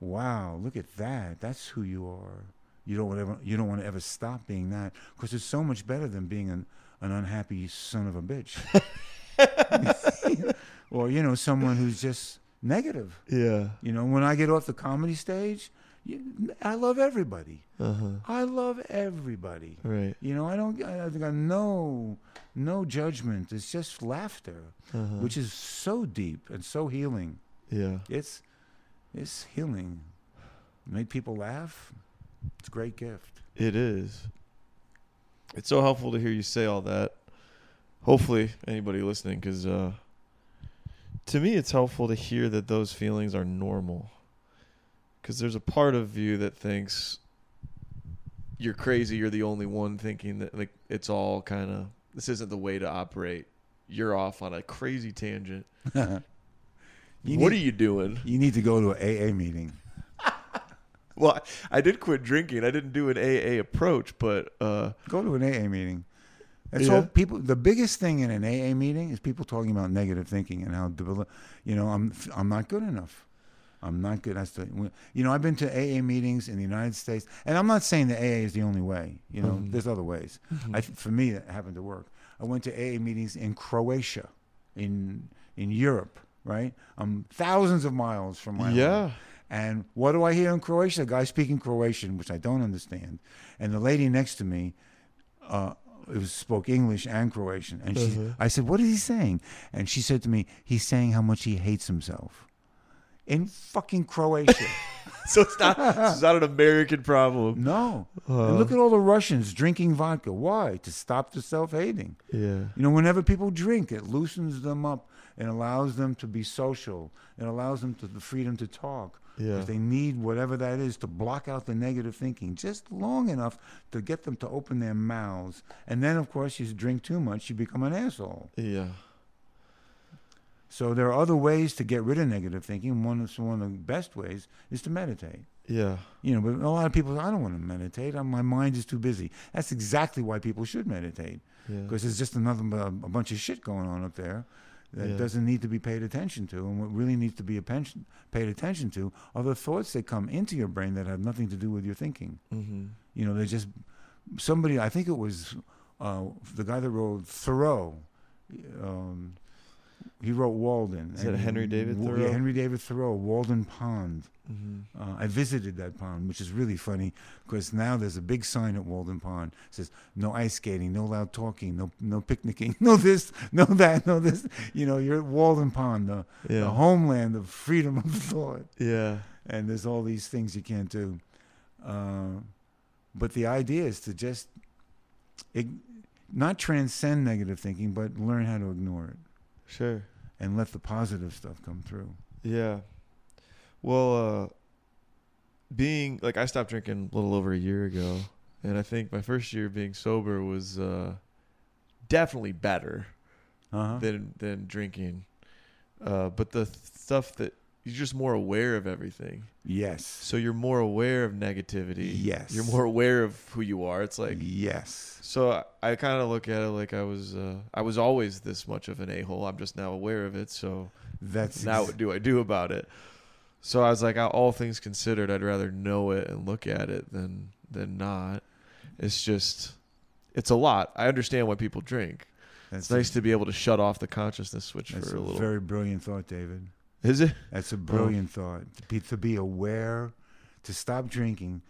wow, look at that. That's who you are. You don't want to ever, you don't want to ever stop being that because it's so much better than being an, an unhappy son of a bitch, [laughs] or you know someone who's just negative. Yeah. You know when I get off the comedy stage, you, I love everybody. Uh huh. I love everybody. Right. You know I don't I I've got no no judgment. It's just laughter, Uh huh. which is so deep and so healing. Yeah. It's it's healing. Make people laugh. It's a great gift. It is. It's so helpful to hear you say all that. Hopefully, anybody listening, because uh, to me, it's helpful to hear that those feelings are normal. Because there's a part of you that thinks you're crazy. You're the only one thinking that, like, it's all kind of this isn't the way to operate. You're off on a crazy [laughs] tangent. You what need- are you doing? You need to go to an AA meeting. Well, I I did quit drinking. I didn't do an AA approach, but uh, Go to an AA meeting. That's Yeah. all people. The biggest thing in an AA meeting is people talking about negative thinking and how, debil- you know, I'm I'm not good enough. I'm not good. That's the, you know, I've been to AA meetings in the United States, and I'm not saying that AA is the only way. You know, Mhm. there's other ways. I, for me, it happened to work. I went to AA meetings in Croatia, in in Europe. Right, I'm thousands of miles from my home. yeah, And what do I hear in Croatian? A guy speaking Croatian, which I don't understand. And the lady next to me, uh, it was spoke English and Croatian. And she, Mhm. I said, "What is he saying?" And she said to me, "He's saying how much he hates himself." In fucking Croatia. [laughs] so it's not it's not an American problem. no. and look at all the Russians drinking vodka. Why? To stop the self-hating. Yeah, You know, whenever people drink, it loosens them up and allows them to be social. It allows them to the freedom to talk. 'Cause Yeah. They need whatever that is to block out the negative thinking just long enough to get them to open their mouths. And then, of course, you drink too much, you become an asshole. yeah, So there are other ways to get rid of negative thinking. One of one of the best ways is to meditate. yeah, You know, but a lot of people, I don't want to meditate. I, my mind is too busy. That's exactly why people should meditate yeah. because there's just another uh, a bunch of shit going on up there that Yeah. doesn't need to be paid attention to, and what really needs to be attention, paid attention to are the thoughts that come into your brain that have nothing to do with your thinking. Mm-hmm. You know, they're just somebody. I think it was uh, the guy that wrote Thoreau. Um, he wrote Walden. Is that Henry David Wa- Thoreau? Yeah, Henry David Thoreau, Walden Pond. Mm-hmm. Uh, I visited that pond, which is really funny because now there's a big sign at Walden Pond that says no ice skating, no loud talking, no no picnicking, [laughs] no this, no that, no this. You know, you're at Walden Pond, the, the Yeah, homeland of freedom of thought, yeah, and there's all these things you can't do. Uh, but the idea is to just ig- not transcend negative thinking, but learn how to ignore it sure, and let the positive stuff come through. yeah. Well, uh, being like I stopped drinking a little over a year ago, and I think my first year being sober was uh, definitely better. Uh-huh. than than drinking. Uh, but the th- stuff that you're just more aware of everything, yes. so you're more aware of negativity. Yes. you're more aware of who you are. It's like yes. so. I, I kind of look at it like I was uh, I was always this much of an a hole. I'm just now aware of it. So That's now ex- what do I do about it? So I was like, I- all things considered, I'd rather know it and look at it than than not. It's just, it's a lot. I understand why people drink. that's It's nice to be able to shut off the consciousness switch That's for a little. very brilliant thought, David. Is it? That's a brilliant thought. To be, to be aware, to stop drinking.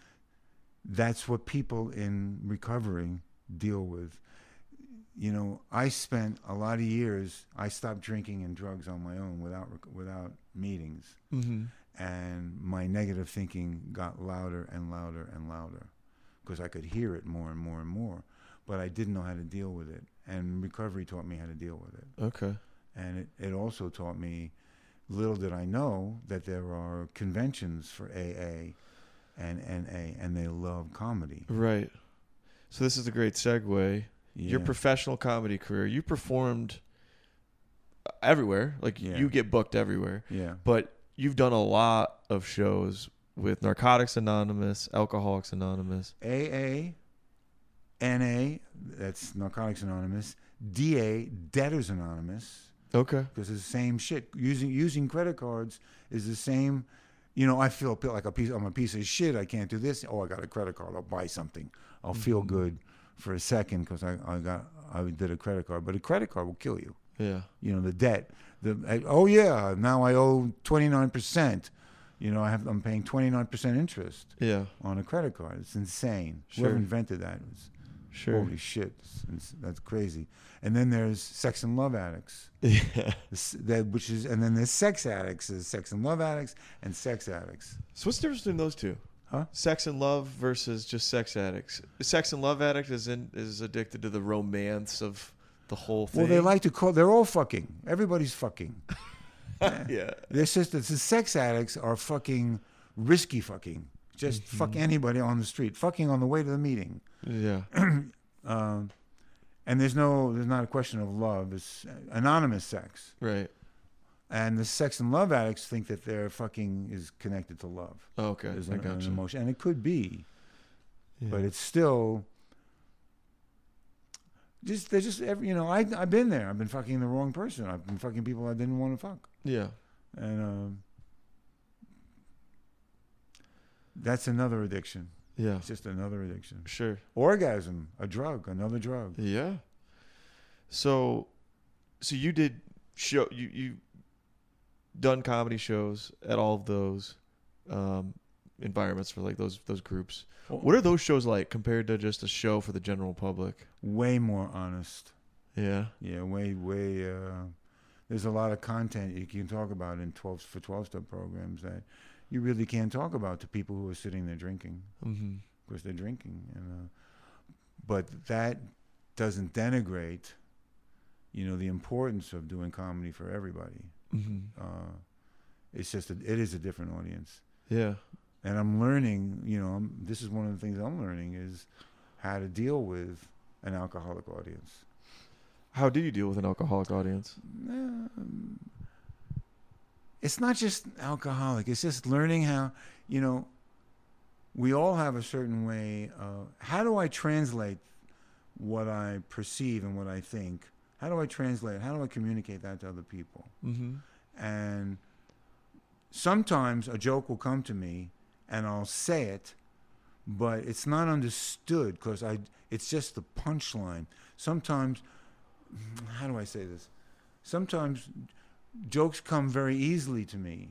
That's what people in recovery deal with. You know, I spent a lot of years. I stopped drinking and drugs on my own without rec- without meetings, Mm-hmm. and my negative thinking got louder and louder and louder. because I could hear it more and more and more. But I didn't know how to deal with it. And recovery taught me how to deal with it. Okay. And it, it also taught me, little did I know, that there are conventions for AA and NA, and they love comedy. Right. So this is a great segue. Your Yeah. professional comedy career, you performed everywhere. Like Yeah. you get booked everywhere. yeah. But you've done a lot of shows with Narcotics Anonymous, Alcoholics Anonymous. AA, NA, that's Narcotics Anonymous, DA, Debtors Anonymous, Okay. because it's the same shit. Using using credit cards is the same. You know, I feel p- like a piece. I'm a piece of shit. I can't do this. Oh, I got a credit card. I'll buy something. I'll feel Mm-hmm. good for a second because I, I got I did a credit card. But a credit card will kill you. Yeah. You know, the debt. The I, oh yeah, now I owe 29 percent. You know, I have I'm paying 29 percent interest Yeah. on a credit card. It's insane. Sure. Whoever invented that was Sure. [laughs] holy shit. It's- it's- that's crazy. And then there's sex and love addicts, Yeah. This- that which is, and then there's sex addicts, there's sex and love addicts, and sex addicts. So what's the difference between those two? Huh? Sex and love versus just sex addicts. Sex and love addict is in, is addicted to the romance of the whole thing. Well, they [laughs] like to call. They're all fucking. Everybody's fucking. yeah. This is the sex addicts are fucking risky fucking. Just Mm-hmm. fuck anybody on the street. Fucking on the way to the meeting. Yeah. Um, and there's no, there's not a question of love. It's anonymous sex. Right. And the sex and love addicts think that their fucking is connected to love. Oh, okay. There's I an, got an you. emotion. And it could be, Yeah. but it's still just they're just every you know, I I've been there. I've been fucking the wrong person. I've been fucking people I didn't want to fuck. yeah. And um that's another addiction. Yeah. It's just another addiction. Sure. Orgasm, a drug, another drug. Yeah. So, so you did show you you done comedy shows at all of those um, environments for like those those groups. What are those shows like compared to just a show for the general public? Way more honest. Yeah. Yeah, way, way. Uh, there's a lot of content you can talk about in 12 for 12 step programs that you really can't talk about to people who are sitting there drinking Mm-hmm. because they're drinking. And, uh, but that doesn't denigrate, you know, the importance of doing comedy for everybody. Mm-hmm. Uh, it's just a, it is a different audience, Yeah. and I'm learning. You know, I'm, this is one of the things I'm learning is how to deal with an alcoholic audience. How do you deal with an alcoholic audience? um, it's not just alcoholic. It's just learning how, you know, we all have a certain way. Of, how do I translate what I perceive and what I think? How do I translate? How do I communicate that to other people? Mm-hmm. And sometimes a joke will come to me and I'll say it, but it's not understood because I it's just the punchline. Sometimes how do I say this? Sometimes jokes come very easily to me,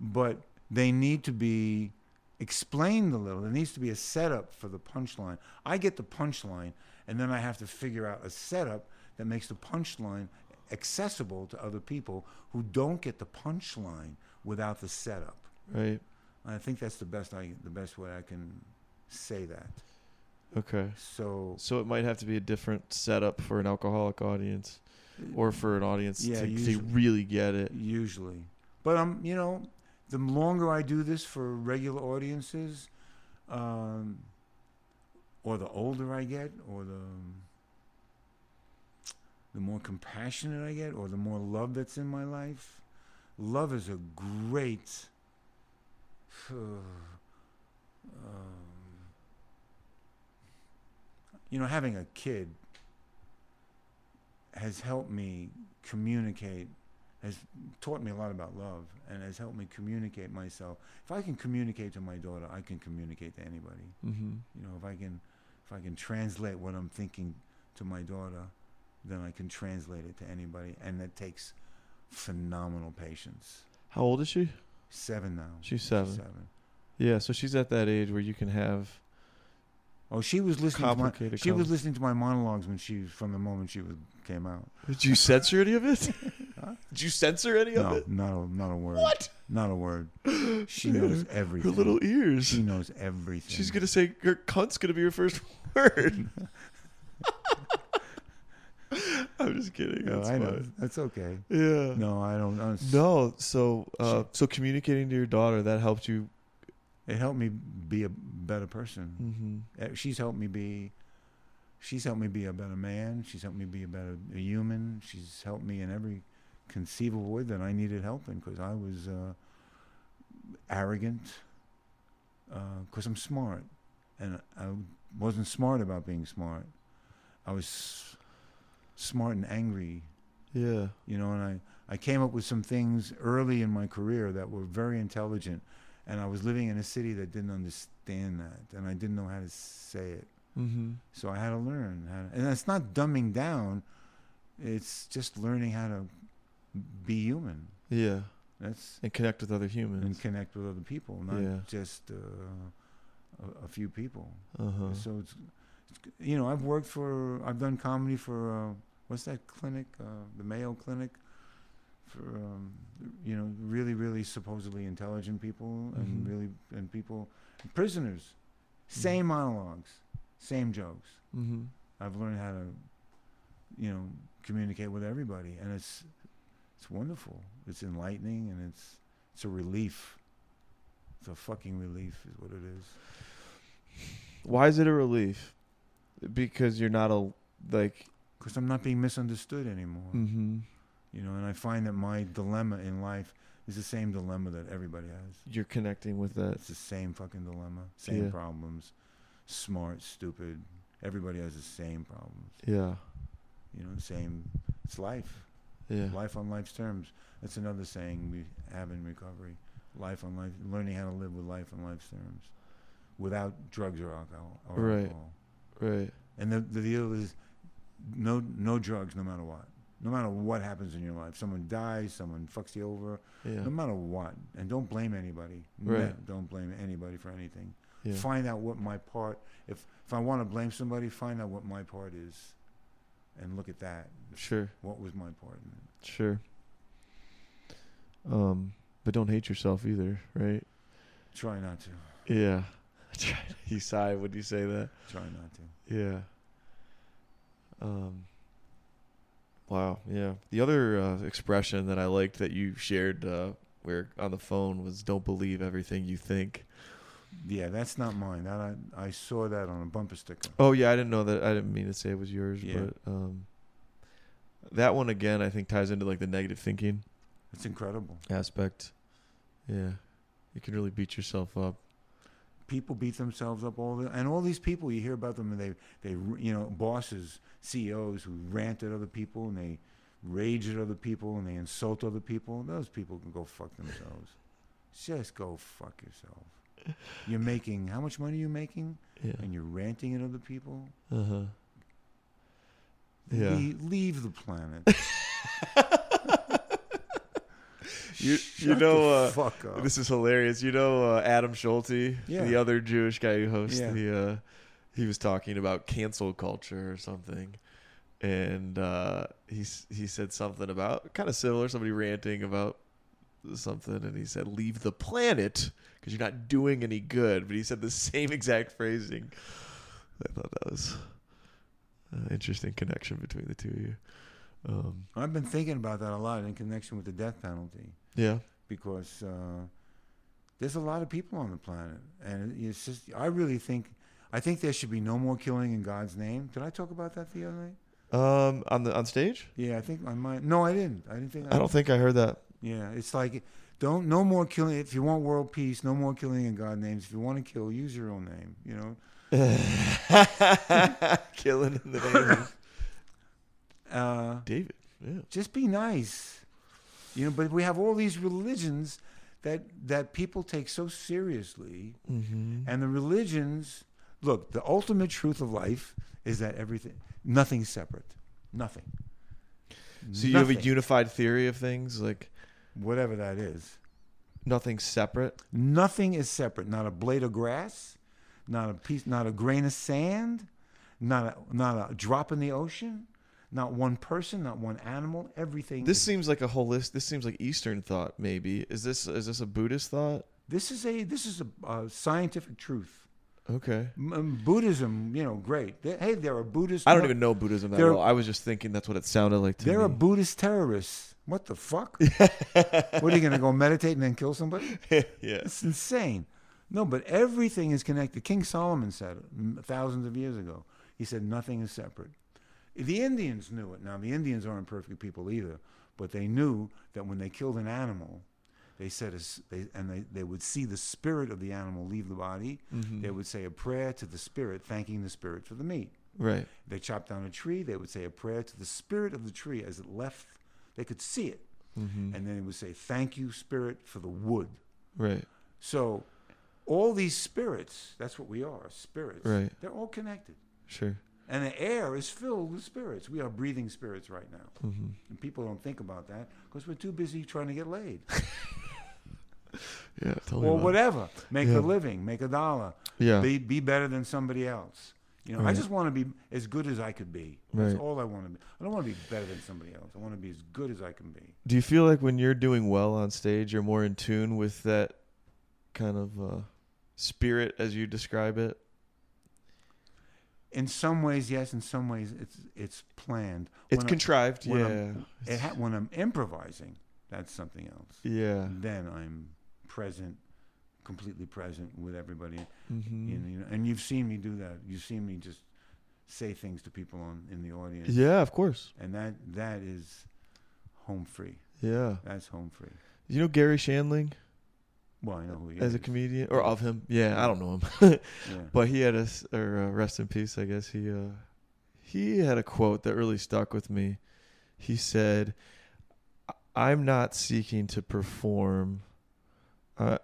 but they need to be explained a little. There needs to be a setup for the punchline. I get the punchline and then I have to figure out a setup that makes the punchline accessible to other people who don't get the punchline without the setup. Right. And I think that's the best I the best way I can say that. Okay. So So it might have to be a different setup for an alcoholic audience, or for an audience Yeah, to, to usually. really get it. usually, but I'm you know the longer I do this for regular audiences, um, or the older I get, or the um, the more compassionate I get, or the more love that's in my life. Love is a great. [sighs] um, you know, having a kid has helped me communicate, has taught me a lot about love, and has helped me communicate myself. If I can communicate to my daughter, I can communicate to anybody. Mm-hmm. You know, if I can, if I can translate what I'm thinking to my daughter, then I can translate it to anybody, and that takes phenomenal patience. How old is she? Seven now. She's seven. Seven. Yeah, so she's at that age where you can have Oh, she was listening. To my, Complicated she was com- listening to my monologues when she from the moment she was, came [laughs] out. [laughs] Did you censor any of [laughs] it? Did you censor any of No, it? not a, not a word. What? Not [laughs] a word. She knows Her everything. little ears. she knows everything. She's gonna say her cunt's gonna be her first [laughs] [laughs] word. I'm just kidding. No, That's I know. fine. That's okay. Yeah. No. No, I don't. I don't- so uh, so communicating to your daughter that helped you. It helped me be a better person. Uh, She's helped me be. She's helped me be a better man. She's helped me be a better human. She's helped me in every conceivable way that I needed help in because I was uh, arrogant. Because I'm smart, and I wasn't smart about being smart. I was s- smart and angry Yeah. you know and I, I came up with some things early in my career that were very intelligent and i was living in a city that didn't understand that and i didn't know how to say it Mm-hmm. so i had to learn how to, and that's not dumbing down it's just learning how to be human Yeah. that's And connect with other and humans. connect with other people not Yeah. just uh, a, a few people Uh huh. so it's, it's you know i've worked for i've done comedy for uh, what's that clinic uh, the mayo clinic for um, you know really really supposedly intelligent people and Mhm. really and people prisoners same monologues same jokes Mm-hmm. i've learned how to you know communicate with everybody and it's it's wonderful it's enlightening and it's it's a relief it's a fucking relief is what it is Why is it a relief? Because you're not a like. because i'm not being misunderstood anymore Mm-hmm. You know, and I find that my dilemma in life is the same dilemma that everybody has. You're connecting with that. It's the same fucking dilemma, same Yeah. problems. Smart, stupid. Everybody has the same problems. Yeah. You know, same. It's life. Yeah. Life on life's terms. That's another saying we have in recovery. Life on life, learning how to live with life on life's terms, without drugs or alcohol. Or Right. alcohol. Right. And the, the deal is no no drugs, no matter what. No matter what happens in your life, someone dies, someone fucks you over, Yeah. no matter what and don't blame anybody No, Right. don't blame anybody for anything Yeah. find out what my part if if i want to blame somebody find out what my part is and look at that Sure. what was my part in it Sure. Um, but don't hate yourself either, right? try not to Yeah. [laughs] you sigh when you say that. try not to Yeah. Um. Wow. Yeah. The other uh, expression that I liked that you shared uh, where on the phone was "Don't believe everything you think." yeah that's not mine that i i saw that on a bumper sticker Oh yeah, I didn't know that. I didn't mean to say it was yours, Yeah. but um, that one again, I think ties into like the negative thinking it's incredible aspect. Yeah, you can really beat yourself up. people beat themselves up all the and all these people you hear about them and they they you know bosses CEOs who rant at other people and they rage at other people and they insult other people those people can go fuck themselves just go fuck yourself you're making how much money are you making Yeah. and you're ranting at other people Uh huh. Yeah. Le- leave [laughs] the planet You- you Shut know, the uh, fuck up. This is hilarious. You know uh, Adam Schulte, Yeah. the other Jewish guy who hosts Yeah. the. Uh, he was talking about cancel culture or something, and uh, he s- he said something about kind of similar. Somebody ranting about something, and he said, "Leave the planet because you're not doing any good." But he said the [laughs] same exact phrasing. I thought that was an interesting connection between the two of you. Um, I've been thinking about that a lot in connection with the death penalty yeah, because uh, there's a lot of people on the planet, and it- it's just I really think I think there should be no more killing in God's name. Did I talk about that the other night? um, on the on stage, Yeah, I think I might. No, I didn't. I didn't think. I don't think I heard that. Yeah, it's like don't no more killing. If you want world peace, no more killing in God's names. If you want to kill, use your own name. You know. [laughs] Killing in the name of Uh, [laughs] David. Yeah. just be nice you know but we have all these religions that that people take so seriously Mm-hmm. and the religions look the ultimate truth of life is that everything nothing's separate nothing So you have a Nothing. unified theory of things, like whatever that is nothing's separate. nothing is separate not a blade of grass not a piece, not a grain of sand, not a, not a drop in the ocean, not one person, not one animal. Everything. This is- seems like a holistic. This seems like Eastern thought. Maybe is this is this a Buddhist thought? this is a this is a, a scientific truth. Okay. M- um, Buddhism, you know, great. They- hey, there are Buddhists. I don't no- even know Buddhism that They're- well. I was just thinking that's what it sounded like to They're [laughs] a me. Buddhist terrorist. What the [laughs] fuck? what are you going to go meditate and then kill somebody? yeah. It's insane. No, but everything is connected. King Solomon said it m- thousands of years ago. He said nothing is separate. The Indians knew it. Now, the Indians aren't perfect people either, but they knew that when they killed an animal, they said, a s- they, and they, they would see the spirit of the animal leave the body. They would say a prayer to the spirit, thanking the spirit for the meat. Right. They chopped down a tree. They would say a prayer to the spirit of the tree as it left. They could see it. And then they would say, Thank you, spirit, for the wood. Right. So all these spirits, that's what we are spirits. Right. They're all connected. Sure. And the air is filled with spirits. We are breathing spirits right now. Mm-hmm. And people don't think about that because we're too busy trying to get [laughs] laid Yeah. Totally. or wrong. whatever. Make Yeah. a living, make a dollar, Yeah. be, be better than somebody else. You know, I Right. just want to be as good as I could be. That's Right. all I want to be. I don't want to be better than somebody else. I want to be as good as I can be. Do you feel like when you're doing well on stage, you're more in tune with that kind of uh, spirit as you describe it? In some ways, yes. In some ways, it's it's planned. It's When I- contrived. when Yeah. I'm- it ha- when I'm improvising, that's something else. yeah. Then I'm present, completely present with everybody. Mm-hmm. You know, you know, and you've seen me do that. You've seen me just say things to people on in the audience. Yeah. Of course. And that that is home free. Yeah. That's home free. You know Gary Shandling Well, I know who Oh, he as is. a comedian, or of him? Yeah. I don't know him. [laughs] yeah. But he had a s- or uh, rest in peace, I guess. He uh, he had a quote that really stuck with me. He said, "I'm not seeking to perform, uh,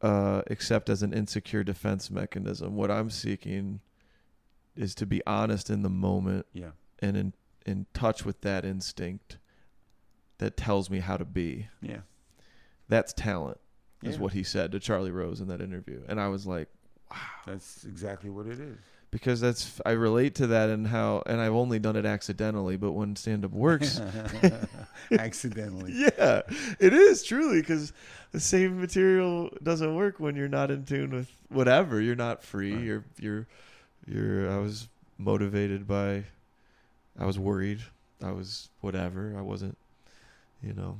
uh, except as an insecure defense mechanism. What I'm seeking is to be honest in the moment yeah. and in in touch with that instinct that tells me how to be. Yeah. That's talent." Is Yeah. what he said to Charlie Rose in that interview, and I was like. That's exactly what it is. because that's I relate to that and how and I've only done it accidentally, but when stand up works, [laughs] [laughs] Accidentally. yeah, it is truly because the same material doesn't work when you're not in tune with whatever. You're not free. Right. You're you're you're. I was motivated by. I was worried. I was whatever. I wasn't, you know,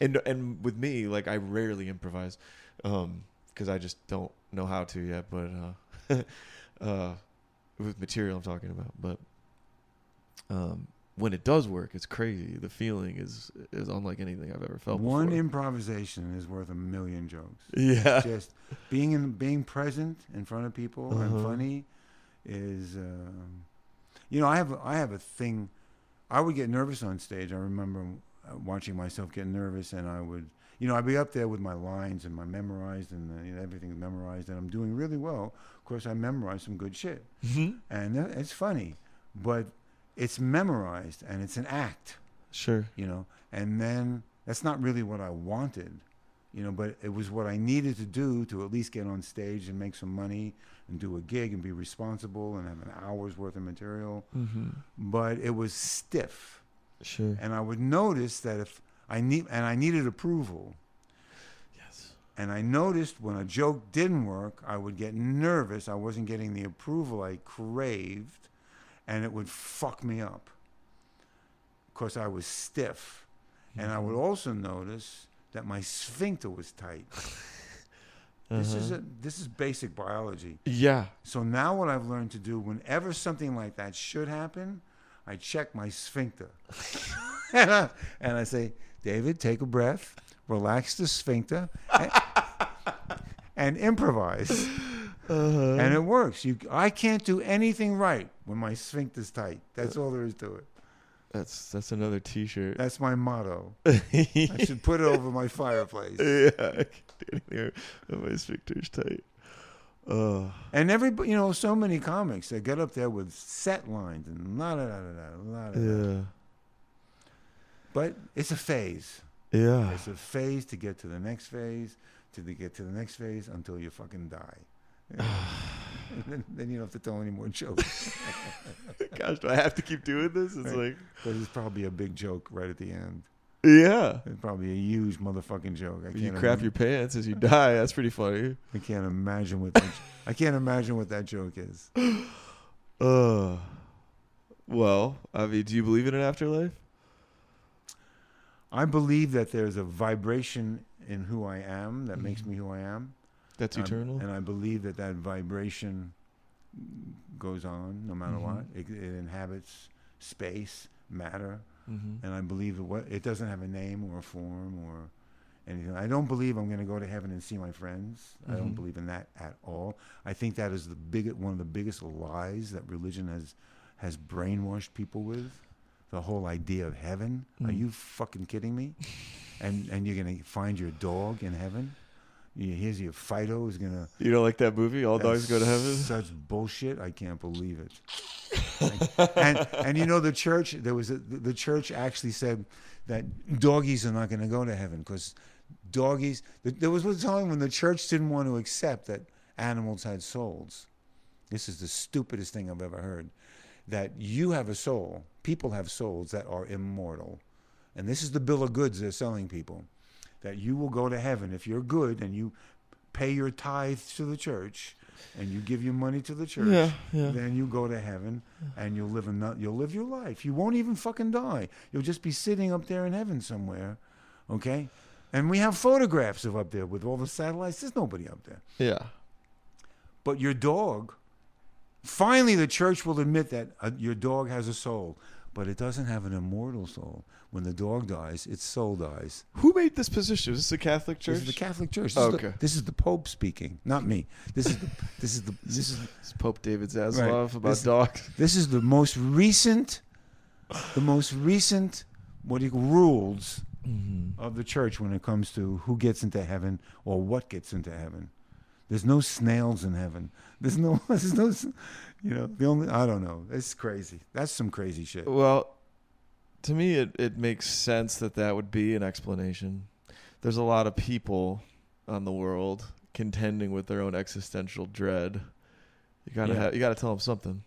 and and with me, like I rarely improvise, um, because I just don't know how to yet. But uh, [laughs] uh, with material I'm talking about, but um, when it does work, it's crazy. The feeling is is unlike anything I've ever felt. One before. improvisation is worth a million jokes. [laughs] yeah, Just being in, being present in front of people Uh-huh. and funny is, um you know, I have I have a thing. I would get nervous on stage. I remember uh, watching myself get nervous, and I would, you know, I'd be up there with my lines and my memorized and uh, you know, everything's memorized, and I'm doing really well. Of course, I memorized some good shit. Mhm. and that- it's funny, but it's memorized and it's an act, sure, you know. And then that's not really what I wanted, you know, but it was what I needed to do to at least get on stage and make some money and do a gig and be responsible and have an hour's worth of material. mm-hmm. But it was stiff, sure, and I would notice that if I need and I needed approval. yes, And I noticed when a joke didn't work, I would get nervous. I wasn't getting the approval I craved, and it would fuck me up. Because I was stiff. And I would also notice that my sphincter was tight. This is Uh-huh. a, this is basic biology. yeah, So now what I've learned to do whenever something like that should happen, I check my sphincter. [laughs] and, I, and I say, David, take a breath, relax the sphincter, and, and improvise. uh-huh. And it works. You, I can't do anything right when my sphincter's tight. That's all there is to it. that's that's another T-shirt. That's my motto. [laughs] yeah, [laughs] I should put it over my fireplace. I can't do anything. My sphincter's tight. Uh, And every, you know, so many comics that get up there with set lines and la da da da da, la da. da. yeah, But it's a phase. yeah, It's a phase [sighs] to get to the next phase, to the, get to the next phase until you fucking die. And then, then you don't have to tell any more jokes Gosh, do I have to keep doing this? It's Right. like, because it's probably a big joke right at the end. yeah. It's probably a huge motherfucking joke. I can't You crap imagine- your pants as you die. That's pretty funny. I can't imagine what that, I can't imagine what that joke is. Uh, well, I mean, do you believe in an afterlife? I believe that there's a vibration in who I am that makes me who I am. That's Um, Mm-hmm. eternal. And I believe that that vibration goes on no matter Mhm. what. It, it inhabits space, matter, mm-hmm. and I believe that what it doesn't have a name or a form or anything. I don't believe I'm going to go to heaven and see my friends. I don't Mhm. believe in that at all. I think that is the big one of the biggest lies that religion has has brainwashed people with. The whole idea of heaven. Are Mm. you fucking kidding [laughs] me? and and you're going to find your dog in heaven? You, here's your Fido is going to You don't like that movie? All dogs go to that's heaven. Such bullshit! I can't believe it. and and you know the church. There was a, the church actually said that doggies are not going to go to heaven because doggies. There was one time when the church didn't want to accept that animals had souls. This is the stupidest thing I've ever heard. That you have a soul. People have souls that are immortal, and this is the bill of goods they're selling people. That you will go to heaven if you're good and you pay your tithes to the church and you give your money to the church, Yeah, yeah. then you go to heaven and you'll live a, you'll live your life. You won't even fucking die. You'll just be sitting up there in heaven somewhere, okay? And we have photographs of up there with all the satellites. There's nobody up there. Yeah. But your dog, finally, the church will admit that uh, your dog has a soul, but it doesn't have an immortal soul. When the dog dies, its soul dies. Who made this position? Is this the Catholic Church? This is the Catholic Church. This, is, Okay. the, this is the Pope speaking, not me. This is the, this is the this is It's Pope David Zaslav Right. about This- dogs. this is the most recent, the most recent what do you, rules of the church when it comes to who gets into heaven or what gets into heaven. There's no snails in heaven. There's no [laughs] there's no s- you know the only I don't know. It's crazy. That's some crazy shit. Well, to me, it, it makes sense that that would be an explanation. There's a lot of people on the world contending with their own existential dread. You gotta Yeah. ha- you gotta tell them something.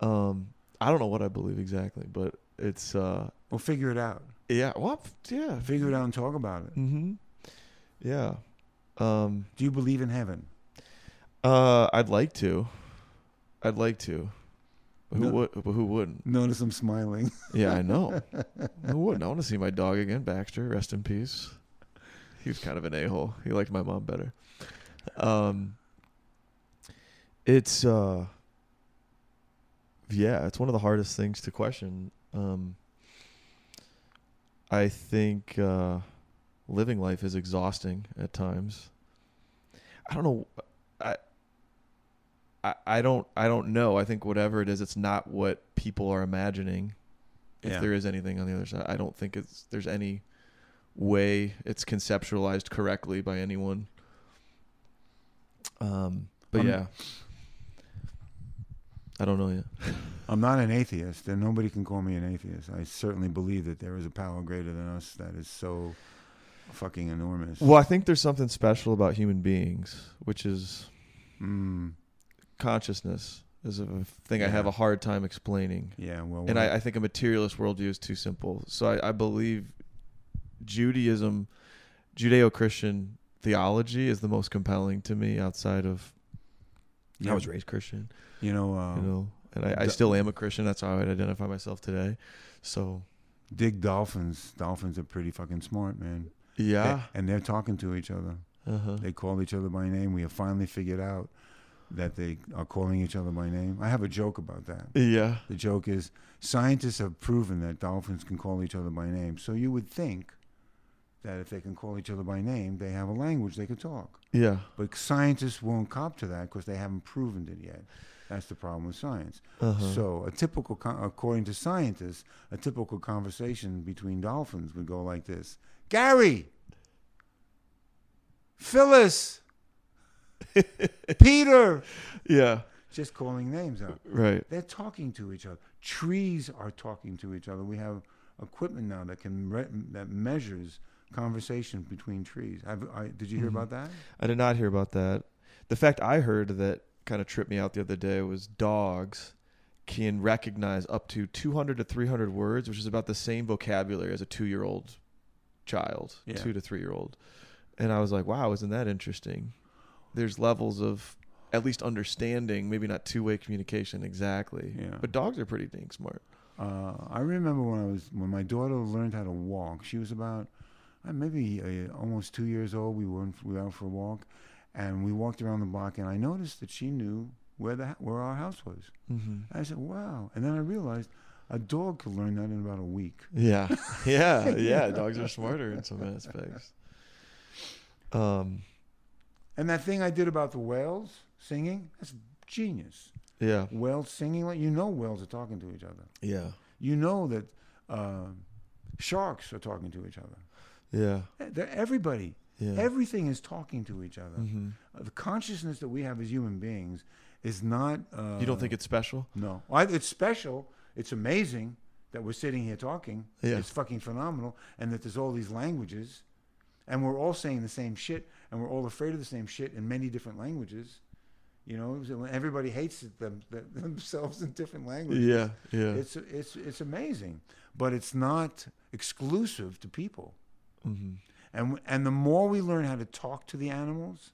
Um, I don't know what I believe exactly, but it's uh, Well, figure it out. yeah, well, yeah, Figure it out and talk about it. mm-hmm, yeah. Um, Do you believe in heaven? Uh, I'd like to. I'd like to. Who No. would? But who wouldn't? Notice I'm smiling. [laughs] Yeah, I know. [laughs] who wouldn't? I want to see my dog again, Baxter. Rest in peace. He was kind of an a hole. He liked my mom better. Um, it's uh, yeah, it's one of the hardest things to question. Um, I think uh, living life is exhausting at times. I don't know. I, I I don't I don't know. I think whatever it is, it's not what people are imagining. If Yeah. there is anything on the other side, I don't think it's there's any way it's conceptualized correctly by anyone. Um, but I'm- yeah, I don't know yet. I'm not an atheist, and nobody can call me an atheist. I certainly believe that there is a power greater than us that is so fucking enormous. Well, I think there's something special about human beings, which is Mm, consciousness is a thing I have Yeah. a hard time explaining. yeah, well, and what- I, I think a materialist worldview is too simple. So I, I believe Judaism, Judeo-Christian theology is the most compelling to me outside of. Oh. Yeah. I was raised Christian, you know, uh, you know, and I, I the- still am a Christian. That's how I would identify myself today. So dig dolphins. Dolphins are pretty fucking smart, man. They- yeah, and they're talking to each other. uh-huh. They call each other by name. We have finally figured out that they are calling each other by name. I have a joke about that. yeah, The joke is scientists have proven that dolphins can call each other by name. So you would think that if they can call each other by name, they have a language they could talk. yeah. But scientists won't cop to that because they haven't proven it yet. That's the problem with science. Uh-huh. So, a typical, con- according to scientists, a typical conversation between dolphins would go like this Gary, Phyllis, Peter, yeah, just calling names out. right. They're talking to each other. Trees are talking to each other. We have equipment now that can re- that measures conversation between trees. I've, I, did you hear Mhm. about that? I did not hear about that. The fact I heard that kind of tripped me out the other day was dogs can recognize up to 200 to 300 words, which is about the same vocabulary as a two year old child, Yeah. two to three year old. And I was like, wow, isn't that interesting? There's levels of at least understanding, maybe not two way communication exactly. Yeah. But dogs are pretty dang smart. Uh, I remember when I was when my daughter learned how to walk. She was about uh, maybe uh, almost two years old. We went we were out for a walk, and we walked around the block, and I noticed that she knew where the hou- where our house was. Mm-hmm. I said, "Wow!" And then I realized a dog could learn that in about a week. [laughs] Yeah. Yeah. Yeah. dogs are smarter in some aspects. Um, And that thing I did about the whales singing—that's genius. yeah. Whales singing like you know whales are talking to each other. Yeah. You know that uh, sharks are talking to each other. Yeah. They're, everybody, Yeah. everything is talking to each other. Mhm. Uh, the consciousness that we have as human beings is not. Uh, You don't think it's special? No, I, it's special. It's amazing that we're sitting here talking. Yeah. It's fucking phenomenal, and that there's all these languages, and we're all saying the same shit, and we're all afraid of the same shit in many different languages. You know, so when everybody hates it them, [laughs] them- themselves in different languages. Yeah. Yeah. It's it's it's amazing, but it's not exclusive to people. hmm And and the more we learn how to talk to the animals,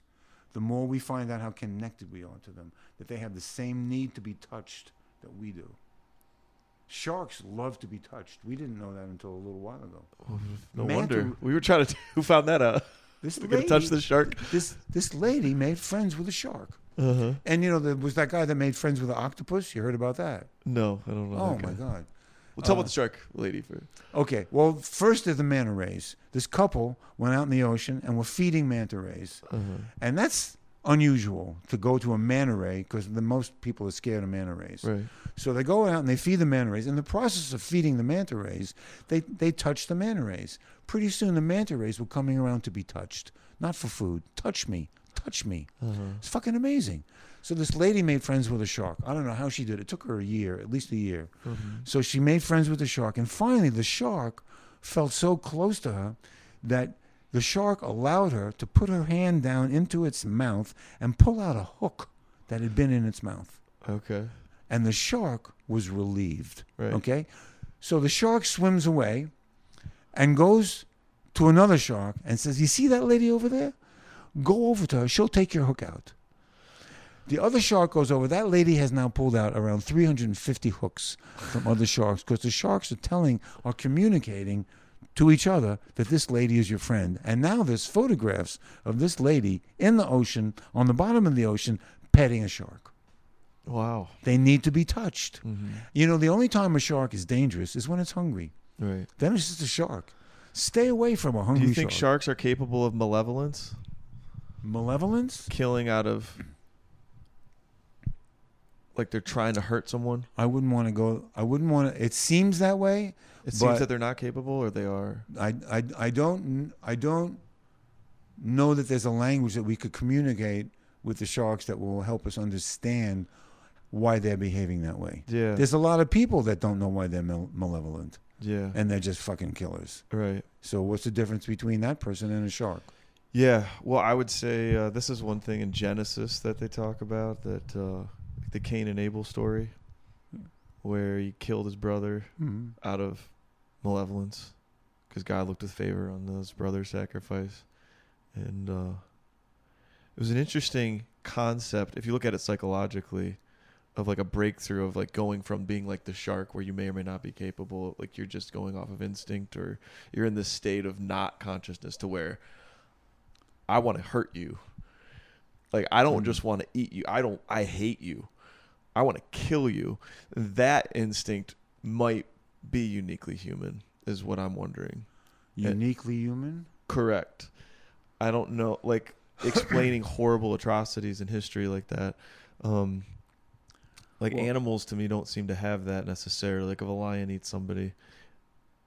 the more we find out how connected we are to them. That they have the same need to be touched that we do. Sharks love to be touched. We didn't know that until a little while ago. No Man, wonder do- we were trying to. [laughs] Who found that out? This We're [laughs] lady, gonna touch the shark. this this lady made friends with a shark. Uh huh. And you know there was that guy that made friends with an octopus. You heard about that? No, I don't know. oh that guy. my god. We'll tell Uh, about the shark lady first. Okay. Well, first are the manta rays. This couple went out in the ocean and were feeding manta rays. Uh-huh. And that's unusual to go to a manta ray because the most people are scared of manta rays. Right. So they go out and they feed the manta rays. In the process of feeding the manta rays, they, they touch the manta rays. Pretty soon the manta rays were coming around to be touched, not for food. Touch me, touch me. Uh-huh. It's fucking amazing. So this lady made friends with a shark. I don't know how she did it. It took her a year, at least a year. Mm-hmm. So she made friends with the shark, and finally the shark felt so close to her that the shark allowed her to put her hand down into its mouth and pull out a hook that had been in its mouth. Okay. And the shark was relieved. Right. Okay? So the shark swims away and goes to another shark and says, You see that lady over there? Go over to her. She'll take your hook out. The other shark goes over. That lady has now pulled out around 350 hooks from other sharks because the sharks are telling, are communicating to each other that this lady is your friend. And now there's photographs of this lady in the ocean, on the bottom of the ocean, petting a shark. Wow. They need to be touched. Mhm. You know, the only time a shark is dangerous is when it's hungry. Right. Then it's just a shark. Stay away from a Do hungry you think shark. sharks are capable of malevolence, Malevolence? killing out of, like they're trying to hurt someone? I wouldn't want to go. I wouldn't want to. It seems that way. It But- seems that they're not capable, or they are. I, I, I don't. I don't know that there's a language that we could communicate with the sharks that will help us understand why they're behaving that way. Yeah. There's a lot of people that don't know why they're mal- malevolent, yeah. and they're just fucking killers. right. So what's the difference between that person and a shark? Yeah, well, I would say uh, this is one thing in Genesis that they talk about that uh, the Cain and Abel story, where he killed his brother hmm out of malevolence, because God looked with favor on his brother's sacrifice, and uh, it was an interesting concept if you look at it psychologically, of like a breakthrough of like going from being like the shark where you may or may not be capable, like you're just going off of instinct or you're in this state of not consciousness to where I want to hurt you. Like I don't just want to eat you. I don't I hate you. I want to kill you. That instinct might be uniquely human is what I'm wondering. Uniquely human. Correct. I don't know [laughs] like explaining horrible atrocities in history like that. Um like Well- animals to me don't seem to have that necessarily. Like if a lion eats somebody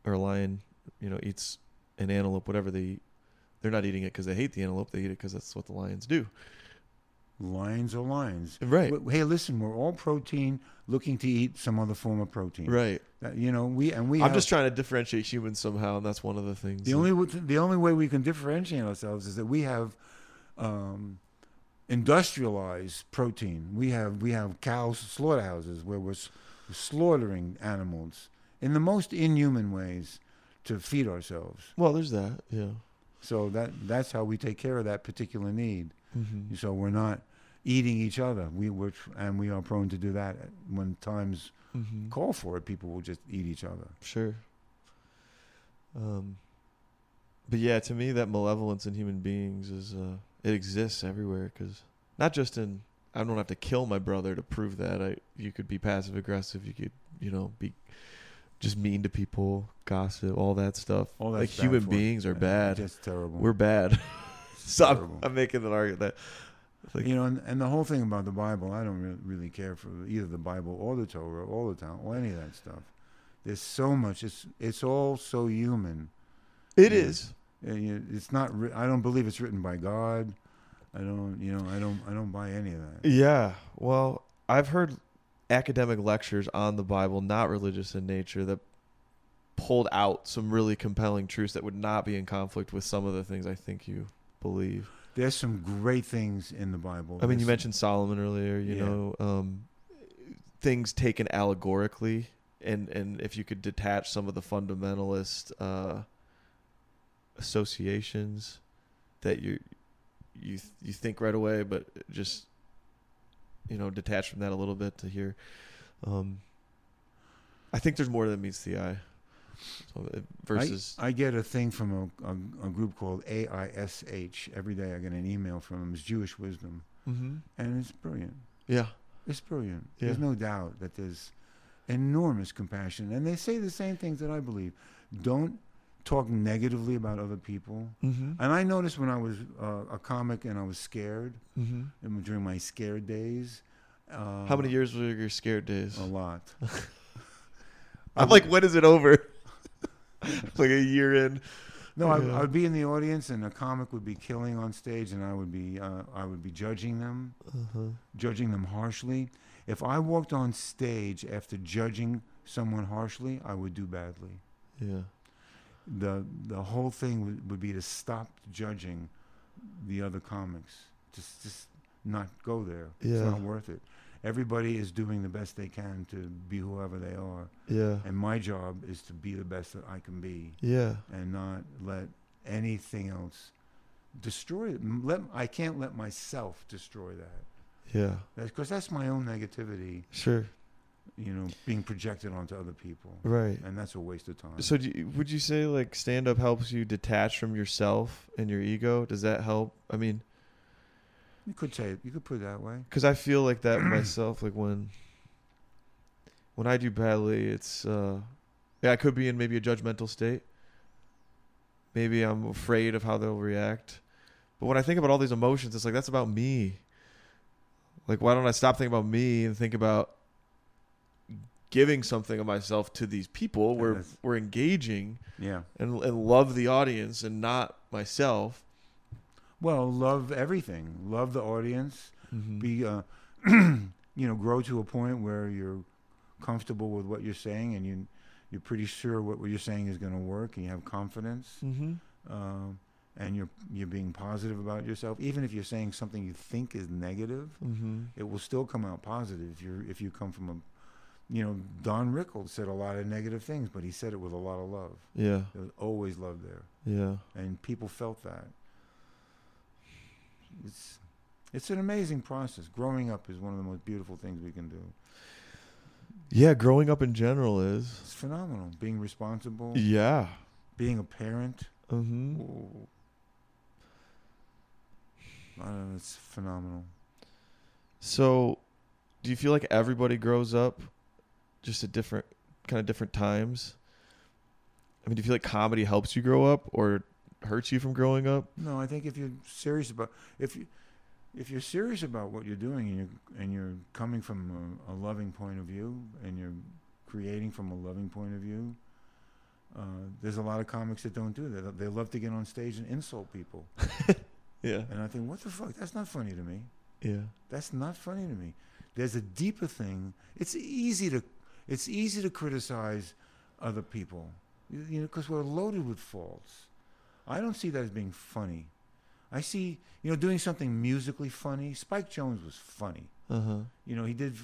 or a lion, you know, eats an antelope, whatever they eat, they're not eating it because they hate the antelope. They eat it because that's what the lions do. Lions are lions. Right. W- Hey, listen, we're all protein looking to eat some other form of protein. Right. Uh, You know, we and we. I'm have- just trying to differentiate humans somehow, and that's one of the things. the that- only w- the only way we can differentiate ourselves is that we have um, industrialized protein. We have we have cow slaughterhouses where we're s- slaughtering animals in the most inhuman ways to feed ourselves. Well, there's that. Yeah. So that that's how we take care of that particular need. Mm-hmm. So we're not eating each other. We were and we are prone to do that when times Mm-hmm. call for it. People will just eat each other. Sure. Um, but yeah, to me, that malevolence in human beings is uh, it exists everywhere because not just in I don't have to kill my brother to prove that. I you could be passive aggressive. You could you know be just mean to people, gossip, all that stuff. All that's like bad human for us. beings are bad. That's terrible. We're bad. [laughs] so I'm, terrible. I'm making an argument that like- you know, and, and the whole thing about the Bible, I don't re- really care for either the Bible or the Torah or the Tao or any of that stuff. There's so much. It's it's all so human. it Yeah. is. And, you know, It's not. writ- I don't believe it's written by God. I don't. You know. I don't. I don't buy any of that. Yeah. Well, I've heard academic lectures on the Bible, not religious in nature, that pulled out some really compelling truths that would not be in conflict with some of the things I think you believe. There's some great things in the Bible. I mean, you There's- mentioned Solomon earlier, you Yeah. know, um, things taken allegorically. And, and if you could detach some of the fundamentalist uh, associations that you you you think right away, but just you know detach from that a little bit to hear. Um, I think there's more than meets the eye. So, uh, versus I, I get a thing from a, a, a group called AISH every day. I get an email from them. It's Jewish Wisdom, Mhm. and it's brilliant. yeah, It's brilliant. There's Yeah. no doubt that there's enormous compassion, and they say the same things that I believe. Don't talk negatively about other people. mm-hmm. And I noticed when I was uh, a comic and I was scared Mm-hmm. and during my scared days. Uh, How many years were your scared days? [laughs] A lot. I'm like, when is it over? [laughs] like a year in. No, I, Yeah. I would be in the audience, and a comic would be killing on stage, and I would be uh, I would be judging them, Uh-huh. judging them harshly. If I walked on stage after judging someone harshly, I would do badly. Yeah. the the whole thing would, would be to stop judging the other comics. Just just not go there. It's Yeah. not worth it. Everybody is doing the best they can to be whoever they are, Yeah. and my job is to be the best that I can be, Yeah. and not let anything else destroy it. M- Let I can't let myself destroy that Yeah. because that's my own negativity, Sure. you know, being projected onto other people, Right. and that's a waste of time. So, do you, would you say like stand up helps you detach from yourself and your ego? Does that help? I mean, you could say it, you could put it that way. because I feel like that myself. Like when when I do badly, it's uh, yeah, I could be in maybe a judgmental state. Maybe I'm afraid of how they'll react. But when I think about all these emotions, it's like that's about me. Like, why don't I stop thinking about me and think about giving something of myself to these people? Yeah, We're that's- we're engaging Yeah. and and love the audience and not myself. Well, love everything. Love the audience. Mm-hmm. Be, uh, [clears throat] you know, grow to a point where you're comfortable with what you're saying, and you you're pretty sure what, what you're saying is going to work, and you have confidence, hmm um, and you're you're being positive about yourself. Even if you're saying something you think is negative, hmm it will still come out positive if you if you come from a, you know, Don Rickles said a lot of negative things, but he said it with a lot of love. Yeah, There was always love there yeah. and people felt that. It's it's an amazing process. Growing up is one of the most beautiful things we can do. Yeah, growing up in general is. It's phenomenal. Being responsible, Yeah. being a parent. Mm. Mm-hmm. Ooh. I don't know, it's phenomenal. So, do you feel like everybody grows up just at different kind of different times? I mean, do you feel like comedy helps you grow up or hurts you from growing up? No, I think if you're serious about if you if you're serious about what you're doing and you're and you're coming from a, a loving point of view and you're creating from a loving point of view, uh, there's a lot of comics that don't do that. They love to get on stage and insult people, Yeah. and I think, what the fuck? That's not funny to me. Yeah. That's not funny to me. There's a deeper thing. It's easy to it's easy to criticize other people, you you know, because we're loaded with faults. I don't see that as being funny. I see, you know, doing something musically funny. Spike Jones was funny. Uh huh. You know, he did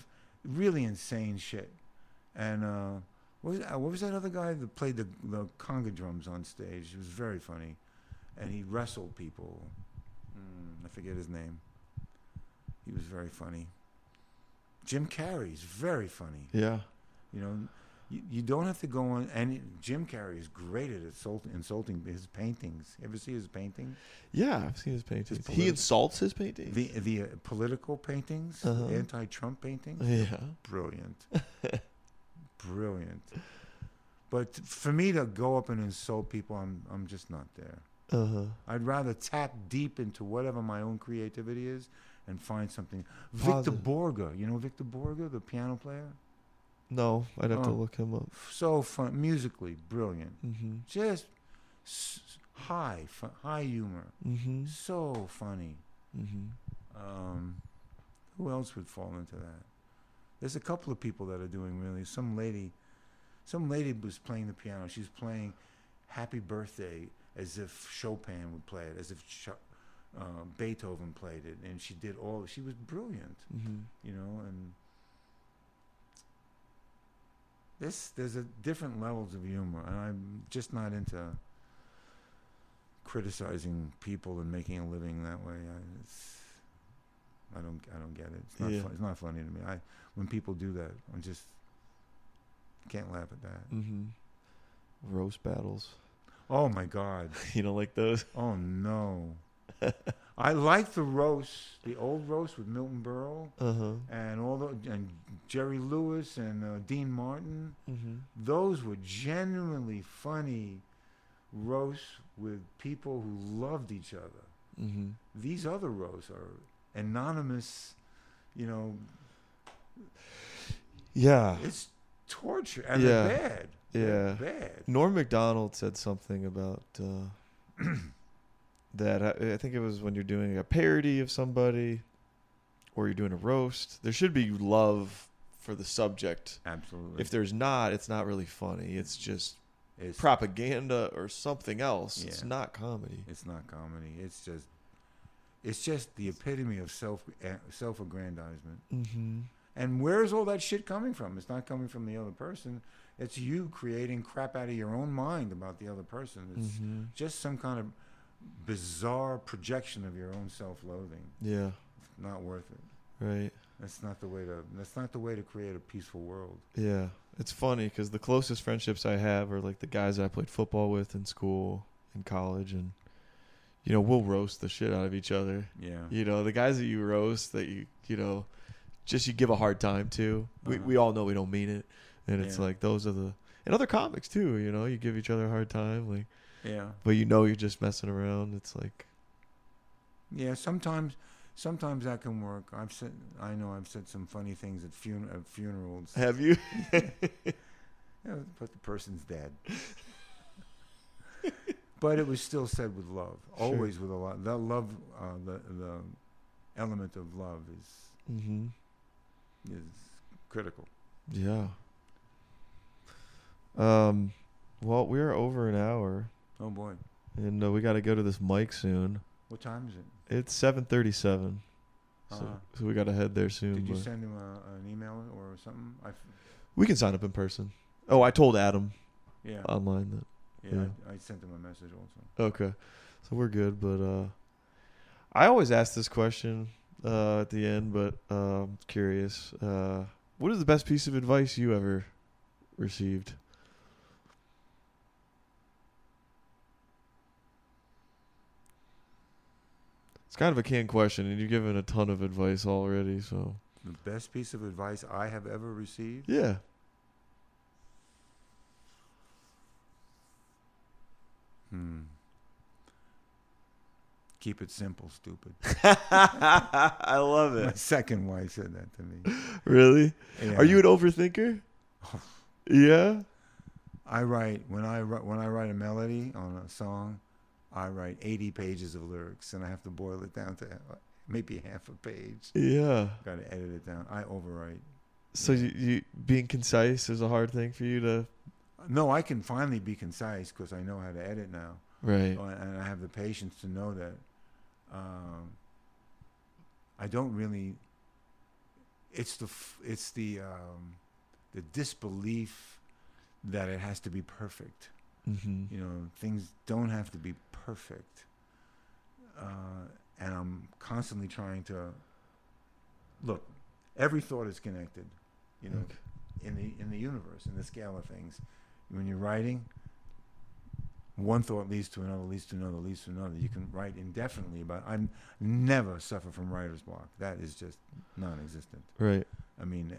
really insane shit. And uh, what, was, uh, what was that other guy that played the, the conga drums on stage? He was very funny. And he wrestled people. Mm, I forget his name. He was very funny. Jim Carrey's very funny. Yeah. You know, you, you don't have to go on. And Jim Carrey is great at insult, insulting his paintings. You ever see his painting? Yeah, I've seen his paintings. politi- He insults his paintings. The the uh, political paintings, Uh-huh. anti-Trump paintings. yeah. Brilliant, [laughs] brilliant. But for me to go up and insult people, I'm I'm just not there. Uh huh. I'd rather tap deep into whatever my own creativity is and find something. Positive. Victor Borga, you know Victor Borga, the piano player, No, I'd have to Oh. look him up. so fun, musically brilliant, Mm-hmm. just s- high, fu- high humor, Mm-hmm. so funny. Mm-hmm. Um, who else would fall into that? There's a couple of people that are doing really. Some lady, some lady was playing the piano. She's playing "Happy Birthday" as if Chopin would play it, as if Cho- uh, Beethoven played it, and she did all. She was brilliant, Mm-hmm. you know. And this, there's a different levels of humor, and I'm just not into criticizing people and making a living that way. I, it's, I don't, I don't get it. It's not, Yeah. fun, it's not funny to me. I, when people do that, I just can't laugh at that. Mm-hmm. Roast battles. [laughs] Oh my God. you don't like those? Oh no. I like the roasts, the old roast with Milton Berle Uh huh. and all the and Jerry Lewis and uh, Dean Martin. Mm-hmm. Those were genuinely funny roasts with people who loved each other. Mm-hmm. these other rows are anonymous, you know, Yeah. it's torture and Yeah. they're bad. They're bad. Norm Macdonald said something about uh, [clears throat] that. uh, I, I think it was when you're doing a parody of somebody, or you're doing a roast. There should be love for the subject. Absolutely. If there's not, it's not really funny. It's just it's, propaganda or something else. It's Yeah. not comedy. it's not comedy. It's just it's just the epitome of self eh, self aggrandizement. Mm-hmm. And where is all that shit coming from? It's not coming from the other person. It's you creating crap out of your own mind about the other person. It's Mm-hmm. just some kind of bizarre projection of your own self-loathing. Yeah. It's not worth it. Right. That's not the way to. That's not the way to create a peaceful world. Yeah. It's funny because the closest friendships I have are like the guys that I played football with in school, in college, and you know we'll roast the shit out of each other. Yeah. You know the guys that you roast that you you know just you give a hard time to. We we all know we don't mean it, and it's Yeah. like those are the and other comics too. You know you give each other a hard time, like Yeah. but you know you're just messing around. It's like Yeah. Sometimes, sometimes that can work. I've said, I know I've said some funny things at, fun- at funerals. have you? [laughs] Yeah, but the person's dead. but it was still said with love. Sure. Always with a lot. That love, uh, the the element of love is mm-hmm. is critical. Yeah. Um. Well, we are over an hour. Oh boy, And uh, we got to go to this mic soon. what time is it? It's 7:37, so, Uh, so we got to head there soon. did you but- send him a, an email or something? I, f- we can sign up in person. Oh, I told Adam yeah, online that. yeah. I, I sent him a message also. Okay, so we're good. But uh, I always ask this question uh, at the end, but uh, I'm curious. Uh, what is the best piece of advice you ever received? It's kind of a canned question, and you're giving a ton of advice already. So The best piece of advice I have ever received. yeah, Hmm. Keep it simple, stupid. [laughs] I love [laughs] My second wife said that to me. Really? [laughs] Yeah. Are you an [laughs] overthinker? yeah. I write when I write, when I write a melody on a song, I write 80 pages of lyrics, and I have to boil it down to uh, maybe half a page. Yeah. Got to edit it down. I overwrite. So you, you being concise is a hard thing for you to No, I can finally be concise because I know how to edit now, Right. Uh, and I have the patience to know that um, I don't really. It's the f- it's the um, the disbelief that it has to be perfect. Mm-hmm. You know, things don't have to be perfect, uh, and I'm constantly trying to look. Every thought is connected. You know, in the in the universe, in the scale of things. When you're writing, one thought leads to another, leads to another, leads to another. You can write indefinitely about. I never suffer from writer's block. That is just non-existent. Right. I mean,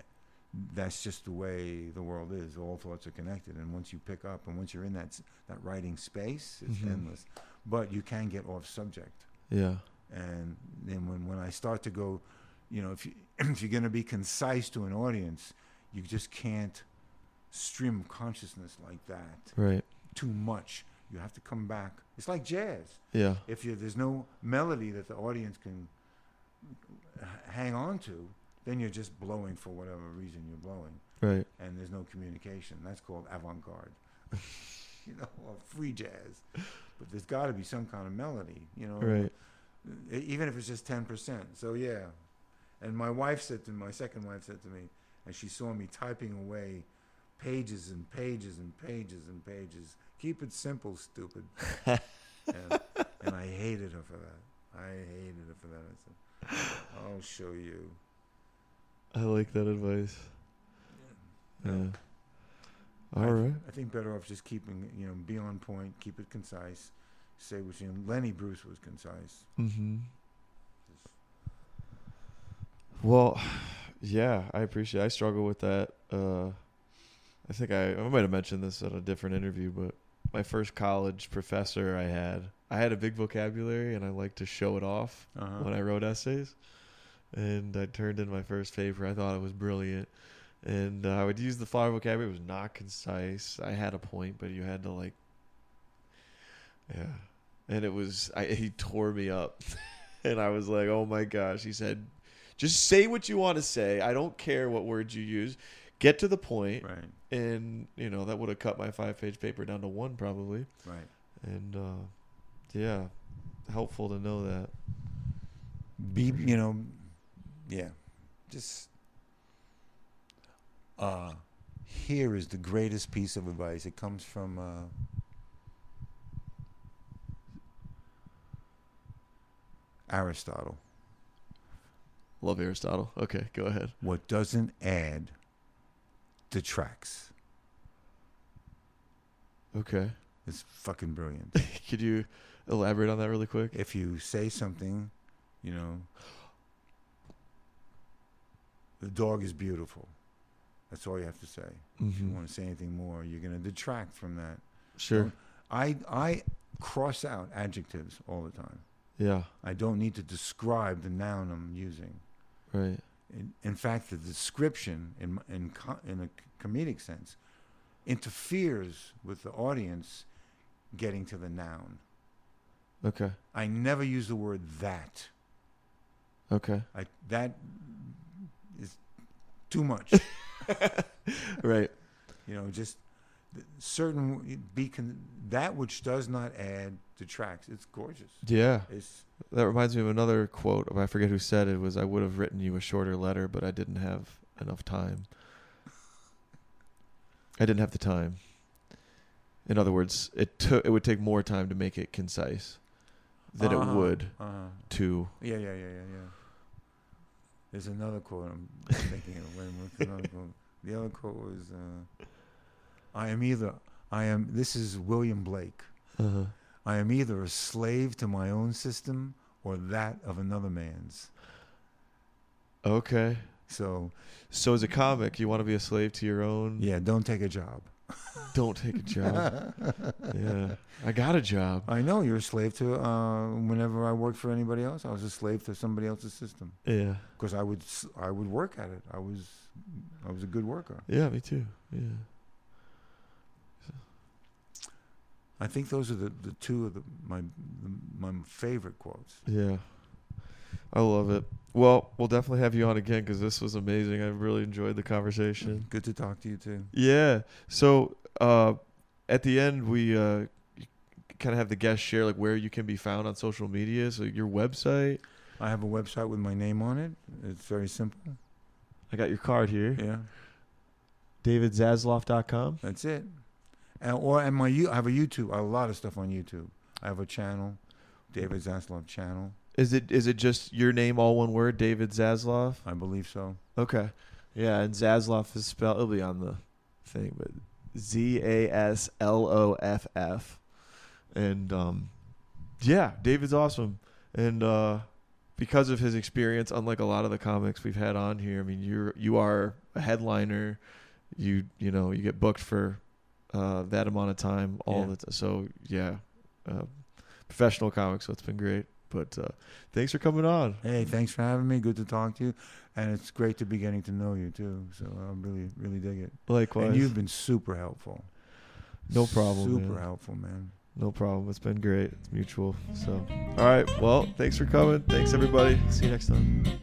that's just the way the world is. All thoughts are connected, and once you pick up, and once you're in that s- that writing space, it's Mhm. endless. But you can get off subject Yeah. and then when, when I start to go, you know, if you [clears throat] if you're going to be concise to an audience, you just can't stream of consciousness like that Right. too much. You have to come back. It's like jazz. Yeah. If you there's no melody that the audience can h- hang on to, then you're just blowing for whatever reason you're blowing, Right. and there's no communication. That's called avant-garde, [laughs] you know, or free jazz. But there's got to be some kind of melody, you know Right. e- even if it's just 10%. So, yeah. And my wife said to me, my second wife said to me, and she saw me typing away pages and pages and pages and pages. Keep it [laughs] simple, stupid. and, and I hated her for that. I hated her for that. I said, I'll show you. I like that advice. Yeah. No. All I, th- right. I think better off just keeping, you know, be on point, keep it concise, say what you Lenny Bruce was concise. Mm-hmm. Well, yeah, I appreciate. I struggle with that. Uh, I think I, I might have mentioned this in a different interview, but my first college professor I had, I had a big vocabulary, and I liked to show it off Uh-huh. when I wrote essays. And I turned in my first paper. I thought it was brilliant. And uh, I would use the flower vocabulary. It was not concise. I had a point, but you had to like, yeah. And it was I, he tore me up, [laughs] and I was like, oh my gosh. He said, just say what you want to say. I don't care what words you use. Get to the point. Right, And you know that would have cut my five-page paper down to one probably. right. And uh, yeah, helpful to know that. be you know yeah just uh here is the greatest piece of advice it comes from uh Aristotle Love Aristotle. Okay, go ahead. what doesn't add detracts Okay. it's fucking brilliant [laughs] Could you elaborate on that really quick? if you say something you know the dog is beautiful that's all you have to say If Mm. you want to say anything more, you're going to detract from that. Sure. I I cross out adjectives all the time. Yeah. I don't need to describe the noun I'm using. Right. In, in fact, the description in m- in co- in a comedic sense interferes with the audience getting to the noun. Okay. I never use the word that. Okay. I that is too much. Right. you know, just th- certain be con- that which does not add detracts. It's gorgeous. Yeah. It's That reminds me of another quote. I forget who said it. Was I would have written you a shorter letter, but I didn't have enough time. I didn't have the time. In other words, it took. It would take more time to make it concise than Uh-huh. it would uh, to. yeah, yeah, yeah, yeah, yeah. There's another quote I'm thinking of. Wait, what's another quote? The other quote was, uh, "I am either I am." This is William Blake. Uh, I am either a slave to my own system or that of another man's. okay. So So as a comic, you want to be a slave to your own. yeah, don't take a job. Don't take a [laughs] job. yeah. I got a job. [laughs] I know you're a slave to. Uh, whenever I worked for anybody else, I was a slave to somebody else's system Yeah. because I would s- I would work at it. I was I was a good worker. Yeah, me too. Yeah. I think those are the, the two of the my my favorite quotes. Yeah. I love it. Well, we'll definitely have you on again because this was amazing. I really enjoyed the conversation. Good to talk to you too. Yeah. So uh, at the end, we uh, kind of have the guests share like where you can be found on social media, so your website. I have a website with my name on it. It's very simple. I got your card here. Yeah, DavidZasloff.com. that's it. And, or and my you, I have a YouTube. I have a lot of stuff on YouTube. I have a channel, David Zaslav channel. Is it is it just your name all one word, David Zasloff? I believe so. Okay. Yeah, and Zasloff is spelled it'll be on the thing, but Z A S L O F F. And um yeah, David's awesome. And uh because of his experience, unlike a lot of the comics we've had on here, I mean you're you are a headliner. You you know, you get booked for uh that amount of time all Yeah. the time. So yeah. Uh, professional comics, so it's been great. But uh thanks for coming on. Hey, thanks for having me. Good to talk to you, and it's great to be getting to know you too. So I really, really dig it. Likewise. And you've been super helpful. No problem, Super man. helpful, man. No problem. It's been great. It's mutual. So, all right. Well, thanks for coming. Thanks, everybody. See you next time.